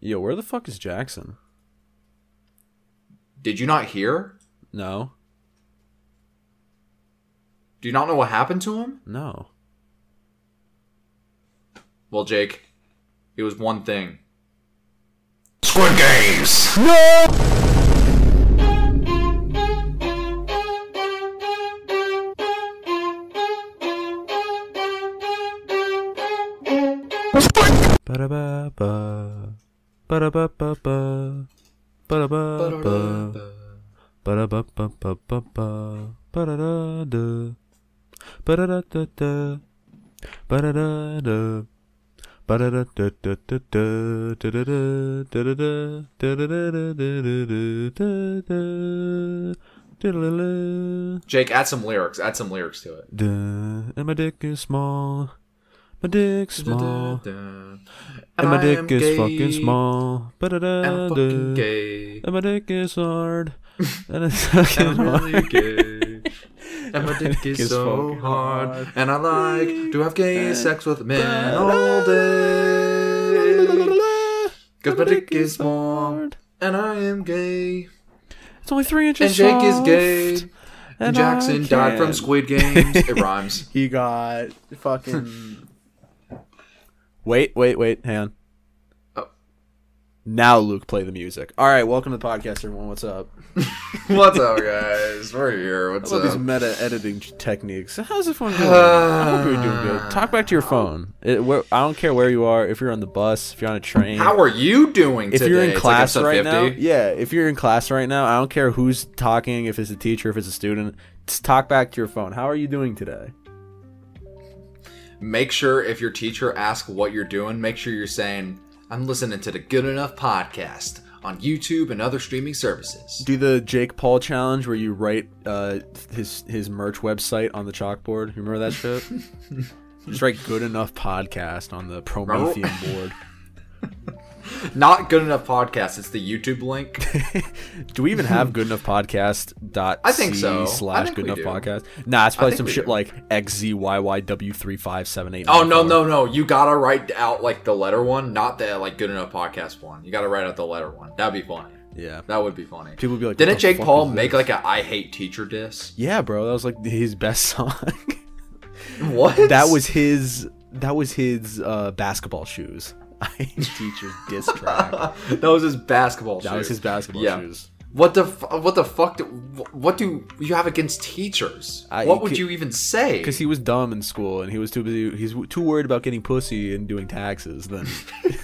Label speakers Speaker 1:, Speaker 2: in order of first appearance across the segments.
Speaker 1: Yo, where the fuck is Jackson?
Speaker 2: Did you not hear?
Speaker 1: No.
Speaker 2: Do you not know what happened to him?
Speaker 1: No.
Speaker 2: Well, Jake, it was one thing.
Speaker 3: Squid Games!
Speaker 1: Ba-da-ba-ba. Ba-da-ba-ba-ba. Ba-da-ba-ba. Ba-da-ba-ba-ba-ba-ba. Ba-da-da-da. Ba-da-da-da-da. Ba-da-da-da. Ba-da-da-da-da-da-da. Da-da-da. Da-da-da-da-da-da-da-da-da. Diddle-le-le.
Speaker 2: Jake, add some lyrics. Add some lyrics to it.
Speaker 1: Duh, And my dick is small. My dick's small. And my
Speaker 2: I am
Speaker 1: dick is
Speaker 2: gay.
Speaker 1: fucking small.
Speaker 2: I'm
Speaker 1: Ba-da-da-da.
Speaker 2: fucking gay.
Speaker 1: And my dick is hard. And it's fucking
Speaker 2: I'm really
Speaker 1: hard.
Speaker 2: gay. And my dick is so
Speaker 1: fucking
Speaker 2: hard.
Speaker 1: hard.
Speaker 2: And I like to have gay sex with men all day. Cause my dick is small. And I am gay.
Speaker 1: It's only three
Speaker 2: And
Speaker 1: inches
Speaker 2: Jake is
Speaker 1: soft,
Speaker 2: gay. And
Speaker 1: I
Speaker 2: Jackson died from
Speaker 1: can.
Speaker 2: Squid Games. It rhymes.
Speaker 4: He got fucking.
Speaker 1: Wait, wait, wait. Hang on.
Speaker 2: Oh.
Speaker 1: Now, Luke, play the music. All right, welcome to the podcast, everyone. What's up?
Speaker 2: What's up, guys? We're here. What's
Speaker 1: What's about these
Speaker 2: up?
Speaker 1: meta editing techniques? How's everyone doing? I
Speaker 2: Uh,
Speaker 1: hope you're doing good. Talk back to your phone. It, where, I don't care where you are. If you're on the bus, if you're on a train,
Speaker 2: How are you doing
Speaker 1: if
Speaker 2: today?
Speaker 1: you're in
Speaker 2: It's like
Speaker 1: class
Speaker 2: episode
Speaker 1: right now,
Speaker 2: 50.
Speaker 1: yeah. If you're in class right now, I don't care who's talking. If it's a teacher, if it's a student, just talk back to your phone. How are you doing today?
Speaker 2: make sure if your teacher asks what you're doing, make sure you're saying, I'm listening to the Good Enough podcast on YouTube and other streaming services.
Speaker 1: Do the Jake Paul challenge where you write uh, his his merch website on the chalkboard. You remember that shit? Just write "good enough podcast" on the Promethean board.
Speaker 2: Not Good Enough podcast, it's the YouTube link.
Speaker 1: Do we even have good enough podcast dot
Speaker 2: I think
Speaker 1: C
Speaker 2: so. I
Speaker 1: slash
Speaker 2: think
Speaker 1: good
Speaker 2: we
Speaker 1: enough
Speaker 2: do.
Speaker 1: podcast? Nah, it's probably
Speaker 2: think
Speaker 1: some
Speaker 2: we
Speaker 1: shit
Speaker 2: do.
Speaker 1: like xzyw three five seven eight.
Speaker 2: oh, no, no, no. You gotta write out like the letter one, not the like Good Enough podcast one. You gotta write out the letter one. That'd be funny.
Speaker 1: Yeah,
Speaker 2: That would be funny.
Speaker 1: people would be like, what
Speaker 2: Didn't
Speaker 1: the
Speaker 2: Jake
Speaker 1: fuck
Speaker 2: Paul
Speaker 1: is
Speaker 2: make
Speaker 1: this?
Speaker 2: like a I hate teacher diss?
Speaker 1: Yeah, bro, that was like his best song.
Speaker 2: What?
Speaker 1: that was his. That was his uh, basketball shoes. Teacher's diss track. that
Speaker 2: that was his basketball. shoes.
Speaker 1: was his basketball
Speaker 2: Yeah.
Speaker 1: shoes.
Speaker 2: What the f- what the fuck? Do, wh- what do you have against teachers?
Speaker 1: I-
Speaker 2: what would
Speaker 1: c-
Speaker 2: you even say?
Speaker 1: Because he was dumb in school, and he was too busy. He's w- too worried about getting pussy and doing taxes than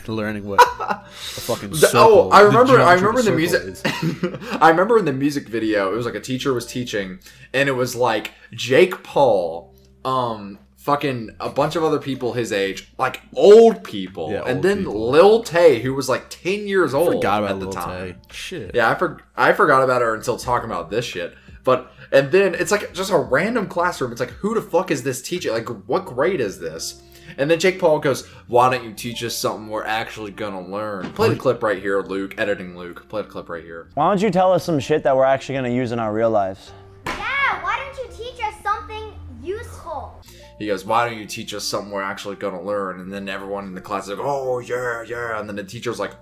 Speaker 1: learning what a fucking.
Speaker 2: The-
Speaker 1: circle-
Speaker 2: oh, I
Speaker 1: the
Speaker 2: remember. I
Speaker 1: geometry of
Speaker 2: remember
Speaker 1: a
Speaker 2: in the
Speaker 1: circle
Speaker 2: music.
Speaker 1: is.
Speaker 2: I remember in the music video, it was like a teacher was teaching, and it was like Jake Paul, um, fucking a bunch of other people his age, like old people,
Speaker 1: Yeah,
Speaker 2: and
Speaker 1: old
Speaker 2: then
Speaker 1: people.
Speaker 2: Lil Tay, who was like ten years old
Speaker 1: forgot about
Speaker 2: at the
Speaker 1: Lil
Speaker 2: time.
Speaker 1: Tay. Shit.
Speaker 2: Yeah, I, for- I forgot about her until talking about this shit. But and then it's like just a random classroom. It's like who the fuck is this teacher? Like what grade is this? And then Jake Paul goes, "Why don't you teach us something we're actually gonna learn?" Play the clip right here, Luke. Editing Luke. Play the clip right here.
Speaker 5: Why don't you tell us some shit that we're actually gonna use in our real lives?
Speaker 6: Dad, why don't you teach us something useful?
Speaker 2: He goes, "Why don't you teach us something we're actually gonna learn?" And then everyone in the class is like, "Oh yeah, yeah." And then the teacher's like,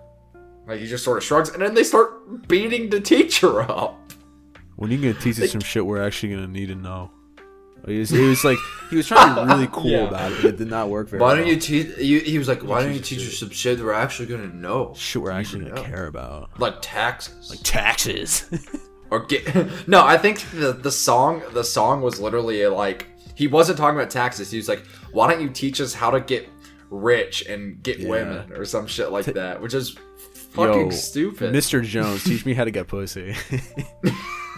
Speaker 2: like he just sort of shrugs, and then they start beating the teacher up.
Speaker 1: When are you gonna teach us some shit we're actually gonna need to know? It was, it was like he was trying to be really cool
Speaker 2: Yeah.
Speaker 1: about it, but it did not work very
Speaker 2: Why
Speaker 1: well.
Speaker 2: don't you teach? He was like, "Why don't you teach us some shit that we're actually gonna know?"
Speaker 1: shit we're actually gonna
Speaker 2: Yeah.
Speaker 1: care about?
Speaker 2: like taxes like
Speaker 1: Taxes.
Speaker 2: or get no i think the, the song the song was literally like he wasn't talking about taxes he was like why don't you teach us how to get rich and get women or some shit like that which is fucking stupid
Speaker 1: Mr. Jones, teach me how to get pussy.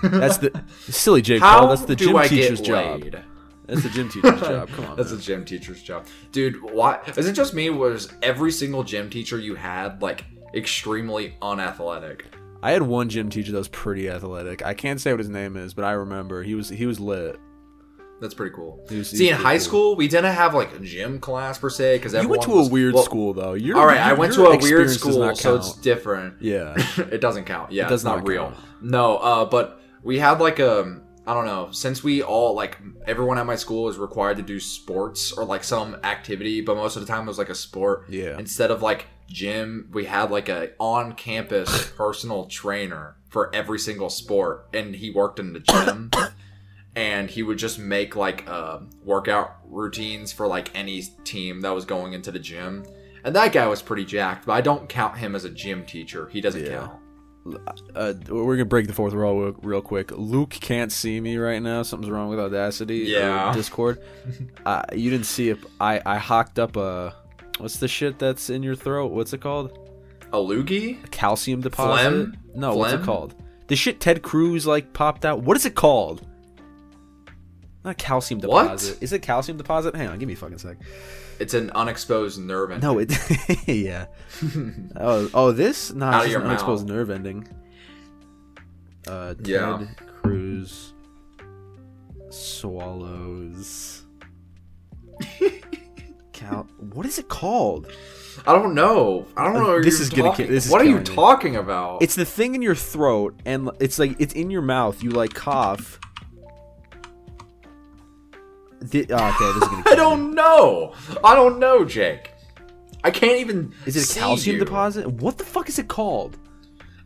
Speaker 1: that's the silly Jake
Speaker 2: how
Speaker 1: Paul. That's the
Speaker 2: do
Speaker 1: gym
Speaker 2: I
Speaker 1: teacher's
Speaker 2: get
Speaker 1: job.
Speaker 2: laid?
Speaker 1: That's the gym teacher's job. Come on.
Speaker 2: That's a
Speaker 1: man.
Speaker 2: gym teacher's job, dude. Why is it just me? Was every single gym teacher you had like extremely unathletic?
Speaker 1: I had one gym teacher that was pretty athletic. I can't say what his name is, but I remember he was he was lit.
Speaker 2: That's pretty cool.
Speaker 1: He was- he
Speaker 2: See,
Speaker 1: was
Speaker 2: in
Speaker 1: pretty
Speaker 2: high
Speaker 1: cool.
Speaker 2: school, we didn't have like a gym class per se because
Speaker 1: You went to a weird school though. You're,
Speaker 2: All right, I went to a weird school,
Speaker 1: not
Speaker 2: so it's
Speaker 1: count.
Speaker 2: different.
Speaker 1: yeah.
Speaker 2: it doesn't count. Yeah,
Speaker 1: It does
Speaker 2: it's not,
Speaker 1: not
Speaker 2: real.
Speaker 1: count.
Speaker 2: No, uh, but we had like a I don't know, since we all like everyone at my school is required to do sports or like some activity, but most of the time it was like a sport.
Speaker 1: Yeah.
Speaker 2: Instead of like gym, we had like a on campus personal trainer for every single sport and he worked in the gym and he would just make like uh, workout routines for like any team that was going into the gym. And that guy was pretty jacked, but I don't count him as a gym teacher. He doesn't count.
Speaker 1: Uh, we're gonna break the fourth wall real- real quick. Luke can't see me right now. Something's wrong with Audacity. or
Speaker 2: Yeah.
Speaker 1: Discord. uh, you didn't see it. I I hocked up a. What's the shit that's in your throat? What's it called?
Speaker 2: A loogie?
Speaker 1: A calcium deposit.
Speaker 2: Phlegm?
Speaker 1: No, what's it
Speaker 2: Phlegm?
Speaker 1: called? The shit Ted Cruz like popped out. What is it called? Not calcium
Speaker 2: What?
Speaker 1: deposit. Is it calcium deposit? Hang on, give me a fucking sec.
Speaker 2: It's an unexposed nerve ending.
Speaker 1: No, it. yeah. oh, oh, this
Speaker 2: Out
Speaker 1: not
Speaker 2: of
Speaker 1: just
Speaker 2: your
Speaker 1: an unexposed
Speaker 2: mouth.
Speaker 1: nerve ending. Uh, Ted
Speaker 2: Yeah.
Speaker 1: Cruz swallows. Cal, what is it called?
Speaker 2: I don't know. I don't
Speaker 1: Uh,
Speaker 2: know. what
Speaker 1: this
Speaker 2: you're
Speaker 1: is gonna
Speaker 2: talking-
Speaker 1: ki- this is
Speaker 2: what are you
Speaker 1: killing me.
Speaker 2: talking about?
Speaker 1: It's the thing in your throat, and it's like it's in your mouth. You like cough. Thi- oh, okay, this is gonna.
Speaker 2: I
Speaker 1: kill me.
Speaker 2: don't know. I don't know, Jake. I can't even.
Speaker 1: Is it
Speaker 2: see
Speaker 1: a calcium
Speaker 2: you.
Speaker 1: deposit? What the fuck is it called?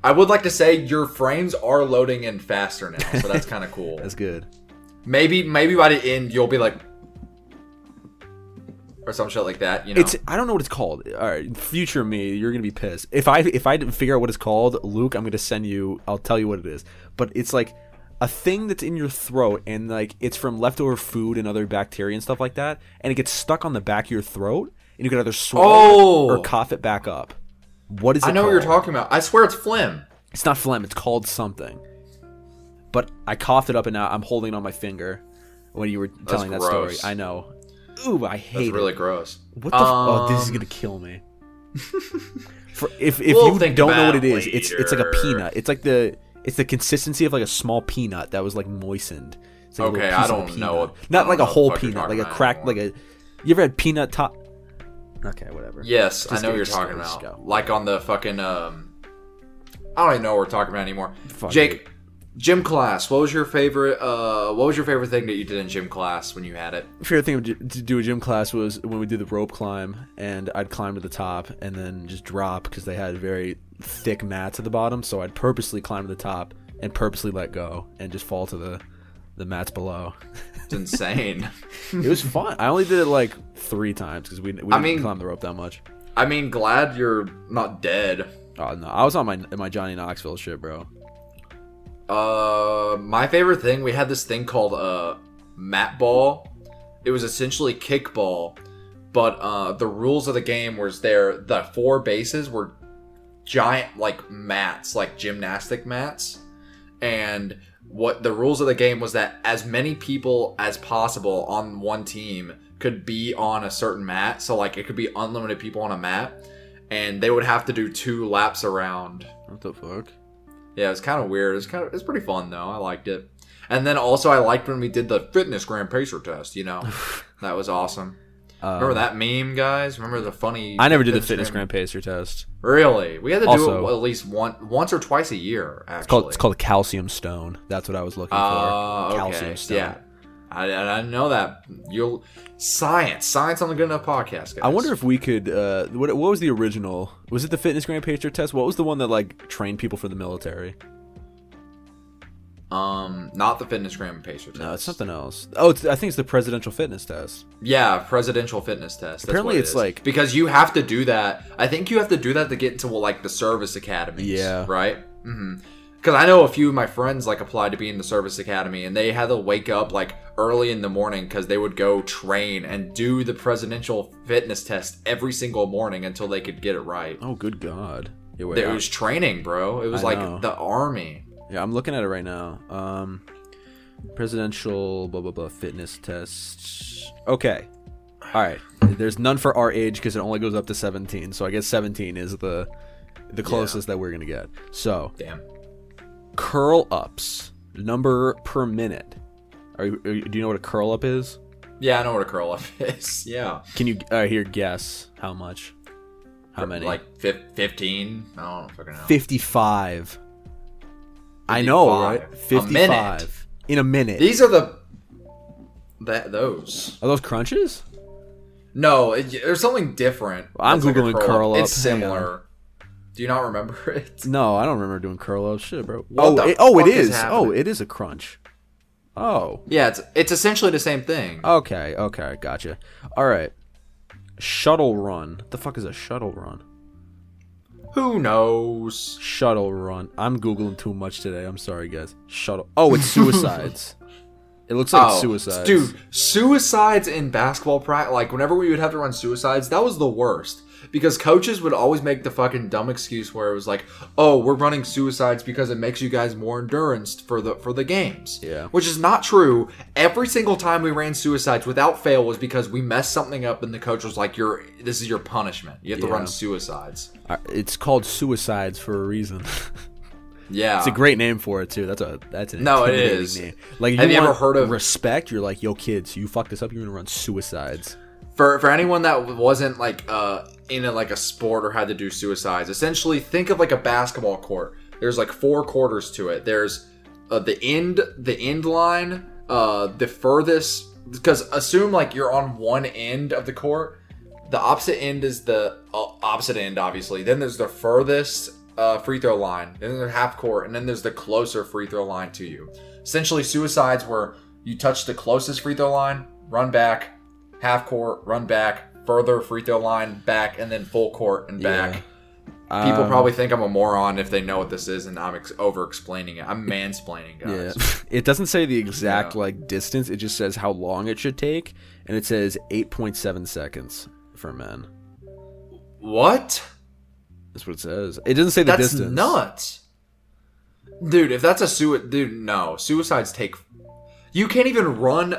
Speaker 2: I would like to say your frames are loading in faster now, so that's kind of cool.
Speaker 1: That's good.
Speaker 2: maybe, maybe by the end you'll be like, or some shit like that. You know,
Speaker 1: It's I don't know what it's called. All right, future me, you're gonna be pissed. If I if I didn't figure out what it's called, Luke, I'm gonna send you. I'll tell you what it is. But it's like a thing that's in your throat, and like it's from leftover food and other bacteria and stuff like that, and it gets stuck on the back of your throat, and you can either swallow it
Speaker 2: Oh.
Speaker 1: or cough it back up. What is it?
Speaker 2: I know what you're
Speaker 1: called?
Speaker 2: talking about. I swear it's phlegm.
Speaker 1: It's not phlegm. It's called something. But I coughed it up, and now I'm holding it on my finger. When you were telling that story,
Speaker 2: gross.
Speaker 1: I know. Ooh, I hate
Speaker 2: That's
Speaker 1: it.
Speaker 2: really gross.
Speaker 1: What the? f- oh, this is
Speaker 2: Um,
Speaker 1: gonna kill me. For, if if
Speaker 2: We'll
Speaker 1: you
Speaker 2: think
Speaker 1: don't know
Speaker 2: about
Speaker 1: what it
Speaker 2: it
Speaker 1: is, it's it's like a
Speaker 2: later.
Speaker 1: peanut. It's like the it's the consistency of like a small peanut that was like moistened. It's like a little
Speaker 2: Okay, I
Speaker 1: piece of a
Speaker 2: don't know
Speaker 1: peanut.
Speaker 2: what- I
Speaker 1: Not
Speaker 2: don't
Speaker 1: like
Speaker 2: know
Speaker 1: a
Speaker 2: what the
Speaker 1: whole
Speaker 2: fuck you're
Speaker 1: peanut,
Speaker 2: talking
Speaker 1: like a
Speaker 2: about
Speaker 1: crack, like a. You ever had peanut top? Okay, whatever.
Speaker 2: Yes, I know
Speaker 1: Just go,
Speaker 2: what you're
Speaker 1: just go,
Speaker 2: talking
Speaker 1: just
Speaker 2: about.
Speaker 1: go.
Speaker 2: Like on the fucking um I don't even know what we're talking about anymore.
Speaker 1: Fuck
Speaker 2: Jake,
Speaker 1: it.
Speaker 2: gym class. What was your favorite uh what was your favorite thing that you did in gym class when you had it?
Speaker 1: favorite thing to do a gym class was when we did the rope climb, and I'd climb to the top and then just drop because they had very thick mats at the bottom. So I'd purposely climb to the top and purposely let go and just fall to the the mats below.
Speaker 2: It's insane.
Speaker 1: It was fun. I only did it like three times because we, we didn't
Speaker 2: I mean-
Speaker 1: climb the rope that much.
Speaker 2: I mean, glad you're not dead.
Speaker 1: Oh no, I was on my my Johnny Knoxville shit, bro.
Speaker 2: Uh my favorite thing, we had this thing called uh mat ball. It was essentially kickball, but uh the rules of the game was there the four bases were giant like mats, like gymnastic mats. And what the rules of the game was that as many people as possible on one team could be on a certain mat. So like it could be unlimited people on a mat and they would have to do two laps around
Speaker 1: What the fuck?
Speaker 2: yeah, it's kind of weird. It's kind of it's pretty fun though. I liked it. And then also I liked when we did the fitness grand pacer test. You know, that was awesome. Remember that meme, guys? Remember the funny?
Speaker 1: Uh, I never did the fitness grand pacer test.
Speaker 2: Really? We had to do
Speaker 1: Also-
Speaker 2: it at least one, once or twice a year. Actually,
Speaker 1: It's called it's called calcium stone. That's what I was looking
Speaker 2: Uh,
Speaker 1: for.
Speaker 2: okay. Yeah. I, I I know that you'll science science on the Good Enough podcast. Guys.
Speaker 1: I wonder if we could. Uh, what, what was the original? Was it the fitness grand pacer test? What was the one that like trained people for the military?
Speaker 2: um not the fitness grand pacer test.
Speaker 1: No, Uh, it's something else. Oh, it's, I think it's the presidential fitness test.
Speaker 2: Yeah, presidential fitness test. That's
Speaker 1: Apparently
Speaker 2: what it
Speaker 1: it's
Speaker 2: is.
Speaker 1: like-
Speaker 2: because you have to do that. I think you have to do that to get into well, like the service academies.
Speaker 1: Yeah.
Speaker 2: right. Mm-hmm. Because I know a few of my friends like applied to be in the service academy, and they had to wake up like early in the morning because they would go train and do the presidential fitness test every single morning until they could get it right.
Speaker 1: Oh, good God! Yeah, wait,
Speaker 2: It
Speaker 1: I-
Speaker 2: was training, bro. It was
Speaker 1: I
Speaker 2: like
Speaker 1: know.
Speaker 2: the army.
Speaker 1: yeah, I'm looking at it right now. Um, presidential blah blah blah fitness test. Okay, all right. There's none for our age because it only goes up to 17. So I guess 17 is the the closest that we're gonna get. So
Speaker 2: Damn.
Speaker 1: curl ups number per minute. Are you, are you- do you know what a curl up is?
Speaker 2: Yeah, I know what a curl up is. Yeah.
Speaker 1: Can you uh, here guess how much? How many?
Speaker 2: Like fif- fifteen. I don't fucking know.
Speaker 1: fifty-five. I know, right?
Speaker 2: 55. A minute.
Speaker 1: Fifty-five. in a minute.
Speaker 2: These are the that those.
Speaker 1: Are those crunches?
Speaker 2: No, it, there's something different.
Speaker 1: I'm
Speaker 2: That's like a
Speaker 1: Googling curl up.
Speaker 2: It's
Speaker 1: Hang
Speaker 2: similar. Do you not remember it?
Speaker 1: No, I don't remember doing curl ups. Shit, bro.
Speaker 2: What
Speaker 1: oh,
Speaker 2: the
Speaker 1: it, oh, it
Speaker 2: fuck is
Speaker 1: is.
Speaker 2: happening?
Speaker 1: oh, it is a crunch. Oh.
Speaker 2: Yeah, it's it's essentially the same thing.
Speaker 1: Okay. Okay. Gotcha. All right. Shuttle run. What the fuck is a shuttle run?
Speaker 2: Who knows?
Speaker 1: Shuttle run. I'm googling too much today. I'm sorry, guys. Shuttle. Oh, it's suicides. it looks like it's suicides.
Speaker 2: Oh, Dude, suicides in basketball practice, like whenever we would have to run suicides, that was the worst. Because coaches would always make the fucking dumb excuse where it was like, "Oh, we're running suicides because it makes you guys more endurance for the for the games."
Speaker 1: Yeah.
Speaker 2: Which is not true. Every single time we ran suicides without fail was because we messed something up and the coach was like, "You're this is your punishment. You have to
Speaker 1: Yeah.
Speaker 2: run suicides."
Speaker 1: Uh, It's called suicides for a reason.
Speaker 2: Yeah.
Speaker 1: it's a great name for it too. That's a that's an
Speaker 2: No, it
Speaker 1: intimidating
Speaker 2: is.
Speaker 1: Name. Like you
Speaker 2: Have you ever
Speaker 1: want
Speaker 2: heard of-
Speaker 1: respect? You're like, yo, kids, you fuck this up. You're gonna run suicides.
Speaker 2: for for anyone that wasn't like uh in a, like a sport or had to do suicides essentially think of like a basketball court there's like four quarters to it there's uh, the end the end line uh the furthest because assume like you're on one end of the court the opposite end is the uh, opposite end obviously then there's the furthest uh, free throw line then there's the half court and then there's the closer free throw line to you essentially suicides where you touch the closest free throw line run back half court, run back, further free throw line, back, and then full court and back. People
Speaker 1: Um,
Speaker 2: probably think I'm a moron if they know what this is, and I'm ex- over explaining it. I'm mansplaining,
Speaker 1: Yeah.
Speaker 2: guys.
Speaker 1: it doesn't say the exact
Speaker 2: Yeah.
Speaker 1: like distance. It just says how long it should take, and it says 8.7 seconds for men.
Speaker 2: What?
Speaker 1: That's what it says. It doesn't say the
Speaker 2: That's
Speaker 1: distance.
Speaker 2: nuts, dude. If that's a suicide, dude, no, suicides take. You can't even run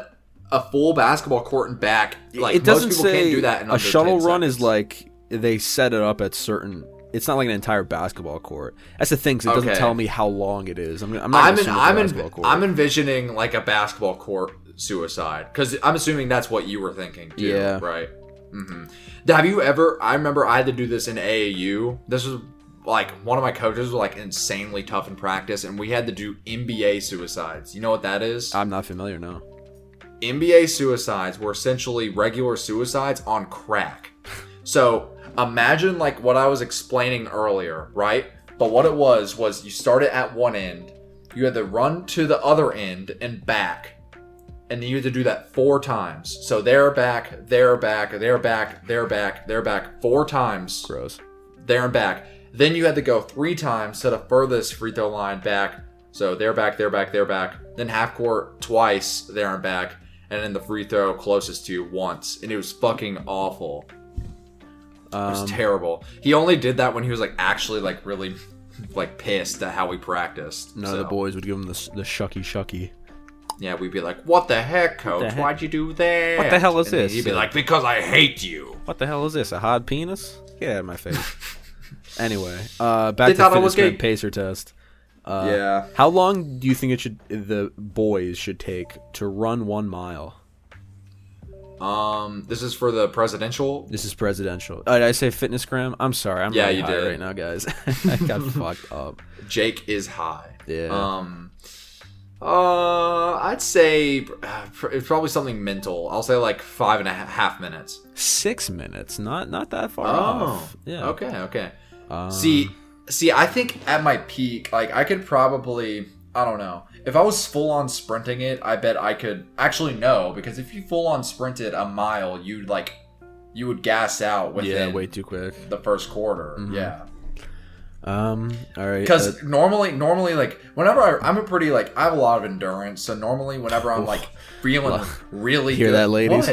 Speaker 2: a full basketball court and back. Like
Speaker 1: it doesn't
Speaker 2: most people
Speaker 1: say
Speaker 2: can't do that. In
Speaker 1: a
Speaker 2: under 10
Speaker 1: shuttle run is
Speaker 2: seconds.
Speaker 1: like they set it up at certain. It's not like an entire basketball court. That's the thing. 'cause It doesn't
Speaker 2: Okay.
Speaker 1: tell me how long it is. I'm, I'm
Speaker 2: I'm
Speaker 1: not. gonna
Speaker 2: in,
Speaker 1: assume it's a
Speaker 2: I'm
Speaker 1: basketball
Speaker 2: in,
Speaker 1: court.
Speaker 2: I'm envisioning like a basketball court suicide because I'm assuming that's what you were thinking. Too,
Speaker 1: Yeah.
Speaker 2: Right. hmm Have you ever? I remember I had to do this in AAU. This was like one of my coaches was like insanely tough in practice, and we had to do NBA suicides. You know what that is?
Speaker 1: I'm not familiar. No.
Speaker 2: NBA suicides were essentially regular suicides on crack. So imagine like what I was explaining earlier, right? But what it was was you started at one end, you had to run to the other end and back. And you had to do that four times. So they're back, they're back, they're back, they're back, they're back four times
Speaker 1: Gross.
Speaker 2: there and back. Then you had to go three times to the furthest free throw line back. So there, back, there, back, there, back. Then half court twice, there and back. And then the free throw closest to you once. And it was fucking awful. It
Speaker 1: Um,
Speaker 2: was terrible. He only did that when he was like actually like really like pissed at how we practiced.
Speaker 1: None of
Speaker 2: So,
Speaker 1: the boys would give him the s- the shucky shucky.
Speaker 2: Yeah, we'd be like, "What the heck, coach?
Speaker 1: heck?
Speaker 2: Why'd you do that?
Speaker 1: What the hell is
Speaker 2: And then
Speaker 1: this?
Speaker 2: He'd be like, "Because I hate you."
Speaker 1: What the hell is this? A hard penis? Get out of my face. anyway, uh, back
Speaker 2: They
Speaker 1: to
Speaker 2: thought I
Speaker 1: fitness
Speaker 2: was
Speaker 1: grand
Speaker 2: gay.
Speaker 1: pacer test. Uh,
Speaker 2: Yeah.
Speaker 1: How long do you think it should the boys should take to run one mile?
Speaker 2: Um, this is for the presidential
Speaker 1: This is presidential. Uh, did I say fitness gram? I'm sorry. I'm
Speaker 2: Yeah,
Speaker 1: really
Speaker 2: you
Speaker 1: high
Speaker 2: did.
Speaker 1: right now, guys. I got fucked up.
Speaker 2: Jake is high.
Speaker 1: Yeah.
Speaker 2: Um. Uh, I'd say uh, pr- it's probably something mental. I'll say like five and a ha- half minutes.
Speaker 1: Six minutes. Not not that far
Speaker 2: Oh,
Speaker 1: off. Yeah.
Speaker 2: Okay, okay.
Speaker 1: Um,
Speaker 2: see, see, I think at my peak, like I could probably, I don't know, if I was full on sprinting it, I bet I could. Actually, no, because if you full on sprinted a mile, you'd like, you would gas out
Speaker 1: Yeah. Mm-hmm.
Speaker 2: within
Speaker 1: Way too quick.
Speaker 2: the first quarter. Yeah.
Speaker 1: Um. All right. uh,
Speaker 2: because normally normally like whenever I, i'm a pretty like i have a lot of endurance so normally whenever i'm like feeling really
Speaker 1: Hear
Speaker 2: good,
Speaker 1: that, ladies?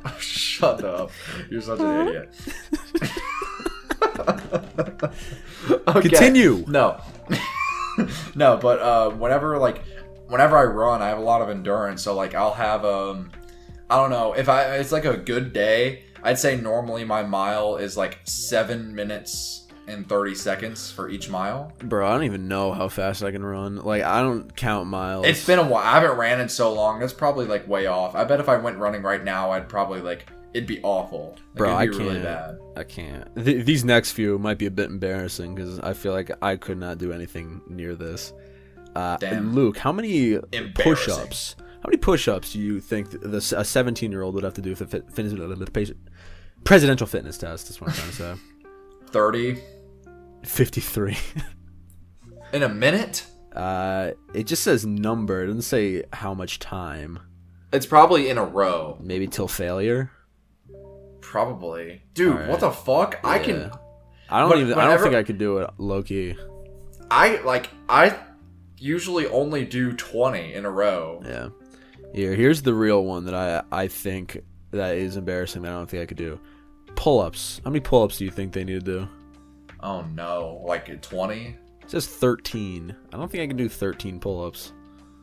Speaker 2: What? shut up you're such an idiot Okay.
Speaker 1: Continue.
Speaker 2: no no but uh whenever like whenever i run i have a lot of endurance so like i'll have um i don't know if i it's like a good day i'd say normally my mile is like seven minutes and 30 seconds for each mile
Speaker 1: bro, I don't even know how fast I can run. Like I don't count miles.
Speaker 2: It's been a while. I haven't ran in so long. That's probably like way off. I bet if I went running right now, I'd probably like it'd be awful. Like,
Speaker 1: Bro, I
Speaker 2: it'd be
Speaker 1: can't.
Speaker 2: really bad.
Speaker 1: I can't. Th- these next few might be a bit embarrassing because I feel like I could not do anything near this. Uh,
Speaker 2: Damn.
Speaker 1: Luke, how many
Speaker 2: Embarrassing.
Speaker 1: push-ups? How many push-ups do you think th- this a 17-year-old would have to do for fit, fitness, presidential fitness test? That's what I'm trying to say.
Speaker 2: 30
Speaker 1: Fifty-three.
Speaker 2: in a minute?
Speaker 1: Uh, it just says number. It doesn't say how much time.
Speaker 2: It's probably in a row.
Speaker 1: Maybe till failure.
Speaker 2: Probably. Dude, what the fuck? I can
Speaker 1: I don't
Speaker 2: But
Speaker 1: even. I don't
Speaker 2: whenever-
Speaker 1: think I could do it, Loki.
Speaker 2: I like I usually only do 20 in a row.
Speaker 1: Yeah. Here, here's the real one that I I think that is embarrassing. That I don't think I could do. Pull-ups. How many pull-ups do you think they need to do?
Speaker 2: Oh no, like 20?
Speaker 1: It says 13. I don't think I can do 13 pull-ups.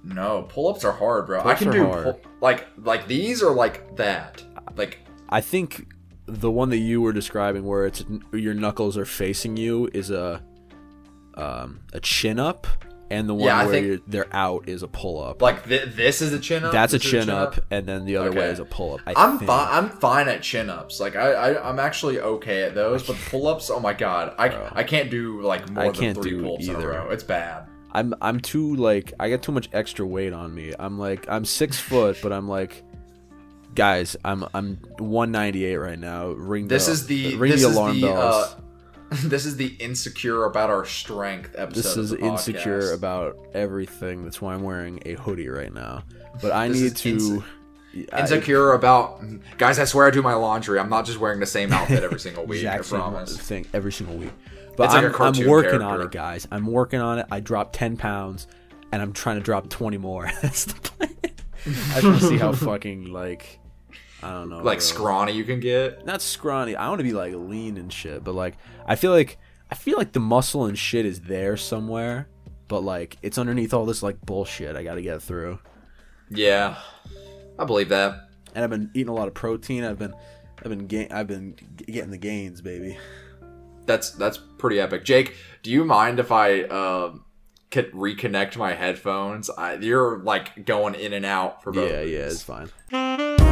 Speaker 2: No, pull-ups are hard, bro. I
Speaker 1: Pull-ups
Speaker 2: can
Speaker 1: are
Speaker 2: do
Speaker 1: hard.
Speaker 2: pull- like like these or like that. Like
Speaker 1: I think the one that you were describing, where it's your knuckles are facing you, is a um a chin up, and the one
Speaker 2: Yeah, I
Speaker 1: where
Speaker 2: think-
Speaker 1: you're, they're out is a pull up.
Speaker 2: like th- this is a chin up.
Speaker 1: That's a
Speaker 2: this is
Speaker 1: chin up, and then the other way
Speaker 2: Okay.
Speaker 1: is a pull up. I
Speaker 2: I'm
Speaker 1: think.
Speaker 2: fine. I'm fine at chin ups. Like I, I, I'm actually okay at those. But pull ups, oh my god, I, I can't do like more
Speaker 1: I
Speaker 2: than
Speaker 1: can't
Speaker 2: three
Speaker 1: do
Speaker 2: pull ups in a
Speaker 1: either.
Speaker 2: row. It's bad.
Speaker 1: I'm I'm too like I got too much extra weight on me. I'm like I'm six foot, but I'm like, guys, I'm I'm 198 right now. Ring
Speaker 2: This
Speaker 1: the,
Speaker 2: is the
Speaker 1: ring
Speaker 2: this
Speaker 1: the
Speaker 2: is
Speaker 1: alarm
Speaker 2: the,
Speaker 1: bells.
Speaker 2: uh, this is the insecure about our strength episode.
Speaker 1: this
Speaker 2: of
Speaker 1: is
Speaker 2: the podcast.
Speaker 1: insecure about everything. That's why I'm wearing a hoodie right now. But I
Speaker 2: This
Speaker 1: need
Speaker 2: is
Speaker 1: to.
Speaker 2: inse-
Speaker 1: I-
Speaker 2: insecure about guys. I swear I do my laundry. I'm not just wearing the same outfit every single week. I
Speaker 1: exact same
Speaker 2: promise.
Speaker 1: thing every single week. But
Speaker 2: It's like
Speaker 1: I'm,
Speaker 2: a
Speaker 1: I'm
Speaker 2: cartoon
Speaker 1: working on
Speaker 2: character.
Speaker 1: it, guys. I'm working on it. I dropped 10 pounds, and I'm trying to drop 20 more. That's the plan. I just want to see how fucking like I don't know,
Speaker 2: Like
Speaker 1: bro.
Speaker 2: scrawny, you can get.
Speaker 1: Not scrawny. I want to be like lean and shit, but like I feel like I feel like the muscle and shit is there somewhere, but like it's underneath all this like bullshit I got to get through.
Speaker 2: Yeah, I believe that.
Speaker 1: And I've been eating a lot of protein. I've been I've been ga- I've been g- getting the gains, baby.
Speaker 2: That's that's pretty epic. Jake, do you mind if I um could reconnect my headphones? I, you're like going in and out for both.
Speaker 1: Yeah,
Speaker 2: of
Speaker 1: yeah,
Speaker 2: these.
Speaker 1: it's fine.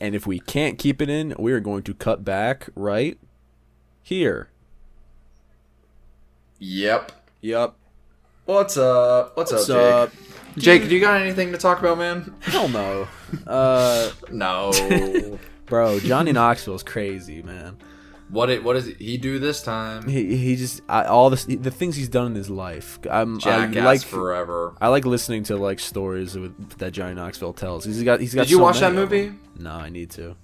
Speaker 1: And if we can't keep it in, we are going to cut back right here.
Speaker 2: Yep.
Speaker 1: Yep.
Speaker 2: What's up? What's,
Speaker 1: What's
Speaker 2: up,
Speaker 1: up?
Speaker 2: Jake? Jake, do you got anything to talk about, man?
Speaker 1: Hell no. Uh,
Speaker 2: No.
Speaker 1: bro, Johnny Knoxville's crazy, man.
Speaker 2: what it? What does he do this time?
Speaker 1: He he just I, all this the things he's done in his life. I'm
Speaker 2: Jackass
Speaker 1: I like
Speaker 2: forever.
Speaker 1: I like listening to like stories with, that Johnny Knoxville tells. He's got he's got.
Speaker 2: Did you
Speaker 1: so
Speaker 2: watch that
Speaker 1: many of
Speaker 2: movie?
Speaker 1: them. No, I need to.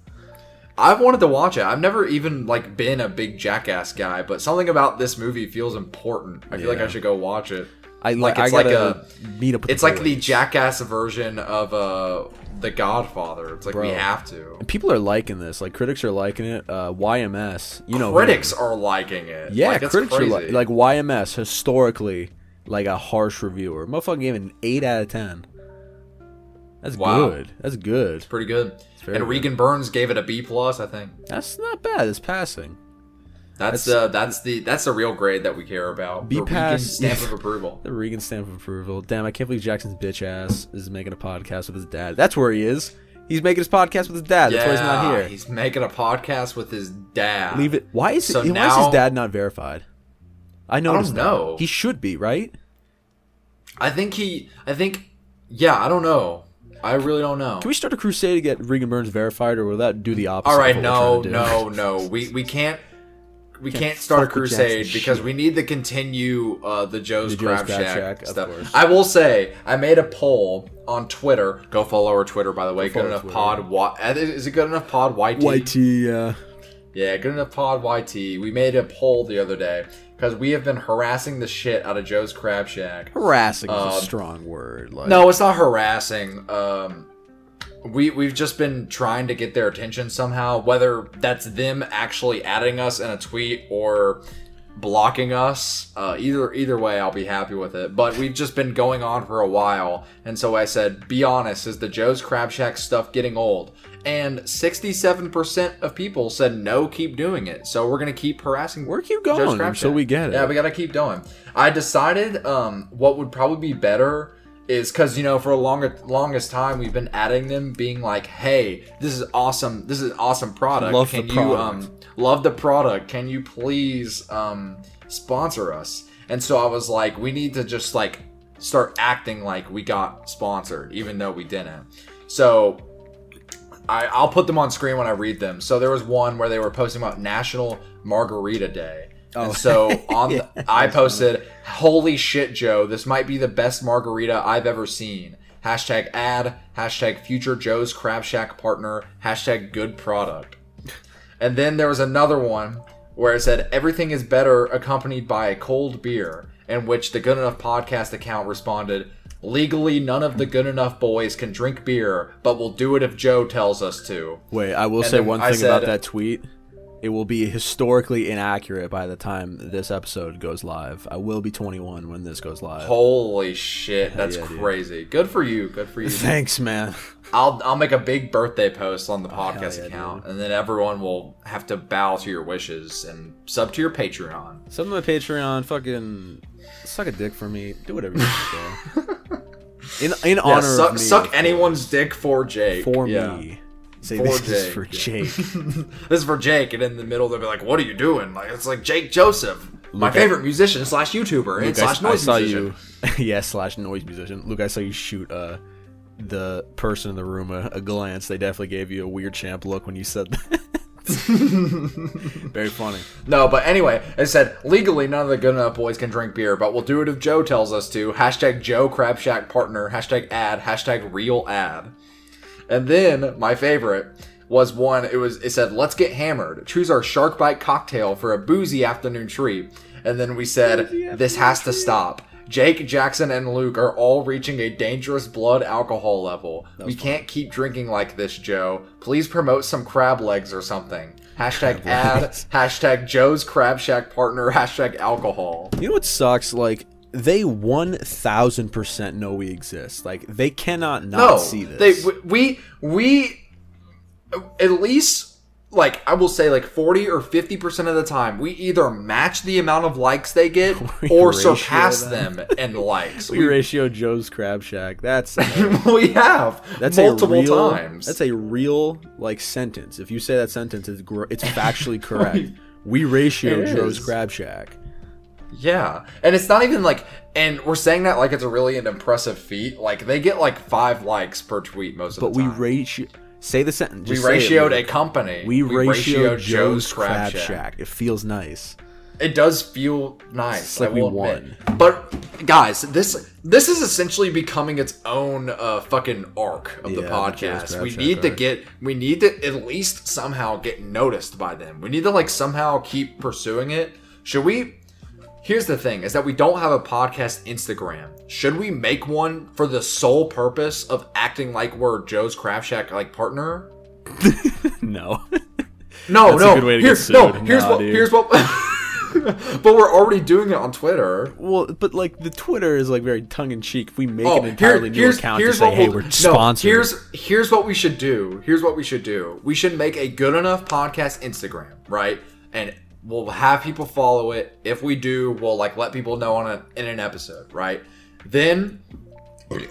Speaker 2: I've wanted to watch it. I've never even like been a big Jackass guy, but something about this movie feels important. I feel like
Speaker 1: Yeah.
Speaker 2: I should go watch it.
Speaker 1: I like,
Speaker 2: it's
Speaker 1: I
Speaker 2: like
Speaker 1: gotta meet up. With
Speaker 2: It's like the
Speaker 1: boys.
Speaker 2: Jackass version of uh the Godfather. It's like we
Speaker 1: Bro.
Speaker 2: have to.
Speaker 1: people are liking this. Like critics are liking it. Uh, YMS, you know,
Speaker 2: critics
Speaker 1: him.
Speaker 2: are liking it.
Speaker 1: Yeah,
Speaker 2: like, that's
Speaker 1: critics
Speaker 2: crazy.
Speaker 1: are li- like YMS historically like a harsh reviewer. Motherfucking gave it an eight out of ten. That's
Speaker 2: Wow.
Speaker 1: good. That's good.
Speaker 2: pretty good.
Speaker 1: very
Speaker 2: And
Speaker 1: good.
Speaker 2: Regan Burns gave it a B plus. I think
Speaker 1: That's not bad. It's passing.
Speaker 2: that's
Speaker 1: That's-
Speaker 2: uh, that's the that's the real grade that we care about.
Speaker 1: B
Speaker 2: The Regan
Speaker 1: pass.
Speaker 2: stamp of approval.
Speaker 1: The Regan stamp of approval. Damn, I can't believe Jackson's bitch ass is making a podcast with his dad. That's where he is. He's making his podcast with his dad. That's why he's not
Speaker 2: Yeah,
Speaker 1: here.
Speaker 2: He's making a podcast with his dad.
Speaker 1: Leave it. Why is
Speaker 2: So
Speaker 1: it, why is
Speaker 2: now-
Speaker 1: his dad not verified? I noticed. that.
Speaker 2: know.
Speaker 1: He should be right.
Speaker 2: I think he. I think. Yeah, I don't know. I really don't know.
Speaker 1: Can we start a crusade to get Regan Burns verified, or will that do the opposite?
Speaker 2: All right,
Speaker 1: of what
Speaker 2: no,
Speaker 1: we're trying to do?
Speaker 2: no, no. We we can't. We can't, start a
Speaker 1: fuck with Jackson
Speaker 2: crusade because
Speaker 1: shit.
Speaker 2: we need to continue uh, the Joe's,
Speaker 1: The Joe's
Speaker 2: Crab,
Speaker 1: Crab
Speaker 2: Shack,
Speaker 1: Shack, of course.
Speaker 2: stuff. I will say, I made a poll on Twitter. Go follow our Twitter, by the way. Good
Speaker 1: follow
Speaker 2: enough
Speaker 1: Twitter.
Speaker 2: pod. Y- uh, is it good enough pod? YT.
Speaker 1: YT. Uh,
Speaker 2: Yeah, good enough pod. YT. We made a poll the other day because we have been harassing the shit out of Joe's Crab Shack.
Speaker 1: harassing
Speaker 2: Um,
Speaker 1: is a strong word. Like,
Speaker 2: No, it's not harassing. Um, we we've just been trying to get their attention somehow, whether that's them actually adding us in a tweet or blocking us. Uh, either either way, I'll be happy with it. But we've just been going on for a while, and so I said, "Be honest, is the Joe's Crab Shack stuff getting old?" And sixty-seven percent of people said no, keep doing it. So we're gonna keep harassing.
Speaker 1: Where keep
Speaker 2: Joe's
Speaker 1: going
Speaker 2: Crab
Speaker 1: until
Speaker 2: Shack.
Speaker 1: we get it.
Speaker 2: Yeah, we gotta keep going. I decided um, what would probably be better is because you know for a longer longest time we've been adding them being like hey this is awesome this is an awesome product
Speaker 1: Love
Speaker 2: can
Speaker 1: the
Speaker 2: you
Speaker 1: product.
Speaker 2: um love the product can you please um sponsor us and so i was like we need to just like start acting like we got sponsored, even though we didn't. So I, I'll put them on screen when I read them. So there was one where they were posting about National Margarita Day. And so on the, I posted, "Holy shit, Joe! This might be the best margarita I've ever seen." Hashtag ad. Hashtag future Joe's Crab Shack partner. Hashtag good product. And then there was another one where it said everything is better accompanied by a cold beer, in which the Good Enough podcast account responded, "Legally, none of the Good Enough boys can drink beer, but we'll do it if Joe tells us to."
Speaker 1: Wait, I will say
Speaker 2: then
Speaker 1: one
Speaker 2: I
Speaker 1: thing about
Speaker 2: said-
Speaker 1: that tweet. It will be historically inaccurate by the time this episode goes live. I will be 21 when this goes live.
Speaker 2: Holy shit, that's
Speaker 1: yeah, dude.
Speaker 2: crazy. Good for you. Good for you.
Speaker 1: Thanks, man.
Speaker 2: I'll I'll make a big birthday post on the podcast
Speaker 1: Oh, yeah,
Speaker 2: account, and then everyone will have to bow to your wishes and sub to your Patreon.
Speaker 1: Sub my Patreon. Fucking suck a dick for me. Do whatever you want. Joe. In in
Speaker 2: Yeah,
Speaker 1: honor
Speaker 2: suck,
Speaker 1: of me.
Speaker 2: suck anyone's dick for Jake.
Speaker 1: for
Speaker 2: Yeah.
Speaker 1: me. Say
Speaker 2: For
Speaker 1: this is
Speaker 2: Jake,
Speaker 1: for
Speaker 2: yeah.
Speaker 1: Jake.
Speaker 2: This is for Jake, and in the middle they'll be like, "What are you doing?" Like it's like Jake Joseph, my
Speaker 1: Look, I-
Speaker 2: favorite musician slash YouTuber and
Speaker 1: Luke, I-
Speaker 2: slash noise
Speaker 1: I saw
Speaker 2: musician.
Speaker 1: you. yeah, slash noise musician. Luke, I saw you shoot uh, the person in the room a, a glance. They definitely gave you a weird champ look when you said that. Very funny.
Speaker 2: No, but anyway, it said legally none of the good enough boys can drink beer, but we'll do it if Joe tells us to. Hashtag Joe Crab Shack partner. Hashtag ad. Hashtag real ad. And then my favorite was one. It was it said let's get hammered. Choose our shark bite cocktail for a boozy afternoon treat. And then we said this has to stop. Jake, Jackson, and Luke are all reaching a dangerous blood alcohol level. We can't keep drinking like this, Joe. Please promote some crab legs or something. Hashtag ad, hashtag Joe's Crab Shack partner, hashtag alcohol.
Speaker 1: You know what sucks? Like they one thousand percent know we exist. Like they cannot not
Speaker 2: No,
Speaker 1: see
Speaker 2: Oh, they
Speaker 1: this.
Speaker 2: we we at least like I will say like forty or fifty percent of the time we either match the amount of likes they get or
Speaker 1: ratio
Speaker 2: surpass them in likes.
Speaker 1: we ratio Joe's Crab Shack. That's
Speaker 2: we have
Speaker 1: that's
Speaker 2: multiple
Speaker 1: a real,
Speaker 2: times.
Speaker 1: That's a real like sentence. If you say that sentence, it's gr- it's factually correct. we ratio
Speaker 2: It
Speaker 1: Joe's
Speaker 2: is.
Speaker 1: Crab Shack.
Speaker 2: Yeah. And it's not even like and we're saying that like it's a really an impressive feat. Like they get like five likes per tweet most of
Speaker 1: But
Speaker 2: the
Speaker 1: we
Speaker 2: time.
Speaker 1: ratio say the sentence.
Speaker 2: we
Speaker 1: just say it,
Speaker 2: ratioed a
Speaker 1: Luke.
Speaker 2: company.
Speaker 1: we, ratio
Speaker 2: ratioed
Speaker 1: Joe's Crab
Speaker 2: Shack.
Speaker 1: Shack. It feels nice.
Speaker 2: It does feel nice.
Speaker 1: It's like
Speaker 2: I
Speaker 1: we
Speaker 2: will admit. But guys, this this is essentially becoming its own uh, fucking arc of the
Speaker 1: Yeah, the Joe's
Speaker 2: podcast.
Speaker 1: Crab
Speaker 2: We
Speaker 1: Shack
Speaker 2: need to
Speaker 1: arc.
Speaker 2: get we need to at least somehow get noticed by them. We need to like somehow keep pursuing it. Should we Here's the thing is that we don't have a podcast Instagram. Should we make one for the sole purpose of acting like we're Joe's Crab Shack like partner?
Speaker 1: No,
Speaker 2: No,
Speaker 1: That's a
Speaker 2: no.
Speaker 1: good way to
Speaker 2: here-
Speaker 1: get
Speaker 2: no,
Speaker 1: sued.
Speaker 2: here's
Speaker 1: Nah,
Speaker 2: what
Speaker 1: dude.
Speaker 2: here's what But we're already doing it on Twitter.
Speaker 1: well, but like the Twitter is like very tongue in cheek. If we make an
Speaker 2: Oh, here-
Speaker 1: entirely new account to say,
Speaker 2: what
Speaker 1: "Hey,
Speaker 2: we'll-
Speaker 1: we're
Speaker 2: no,
Speaker 1: sponsored,"
Speaker 2: Here's here's what we should do. Here's what we should do. We should make a good enough podcast Instagram, right? And we'll have people follow it. If we do, we'll like let people know on a, in an episode, right? Then,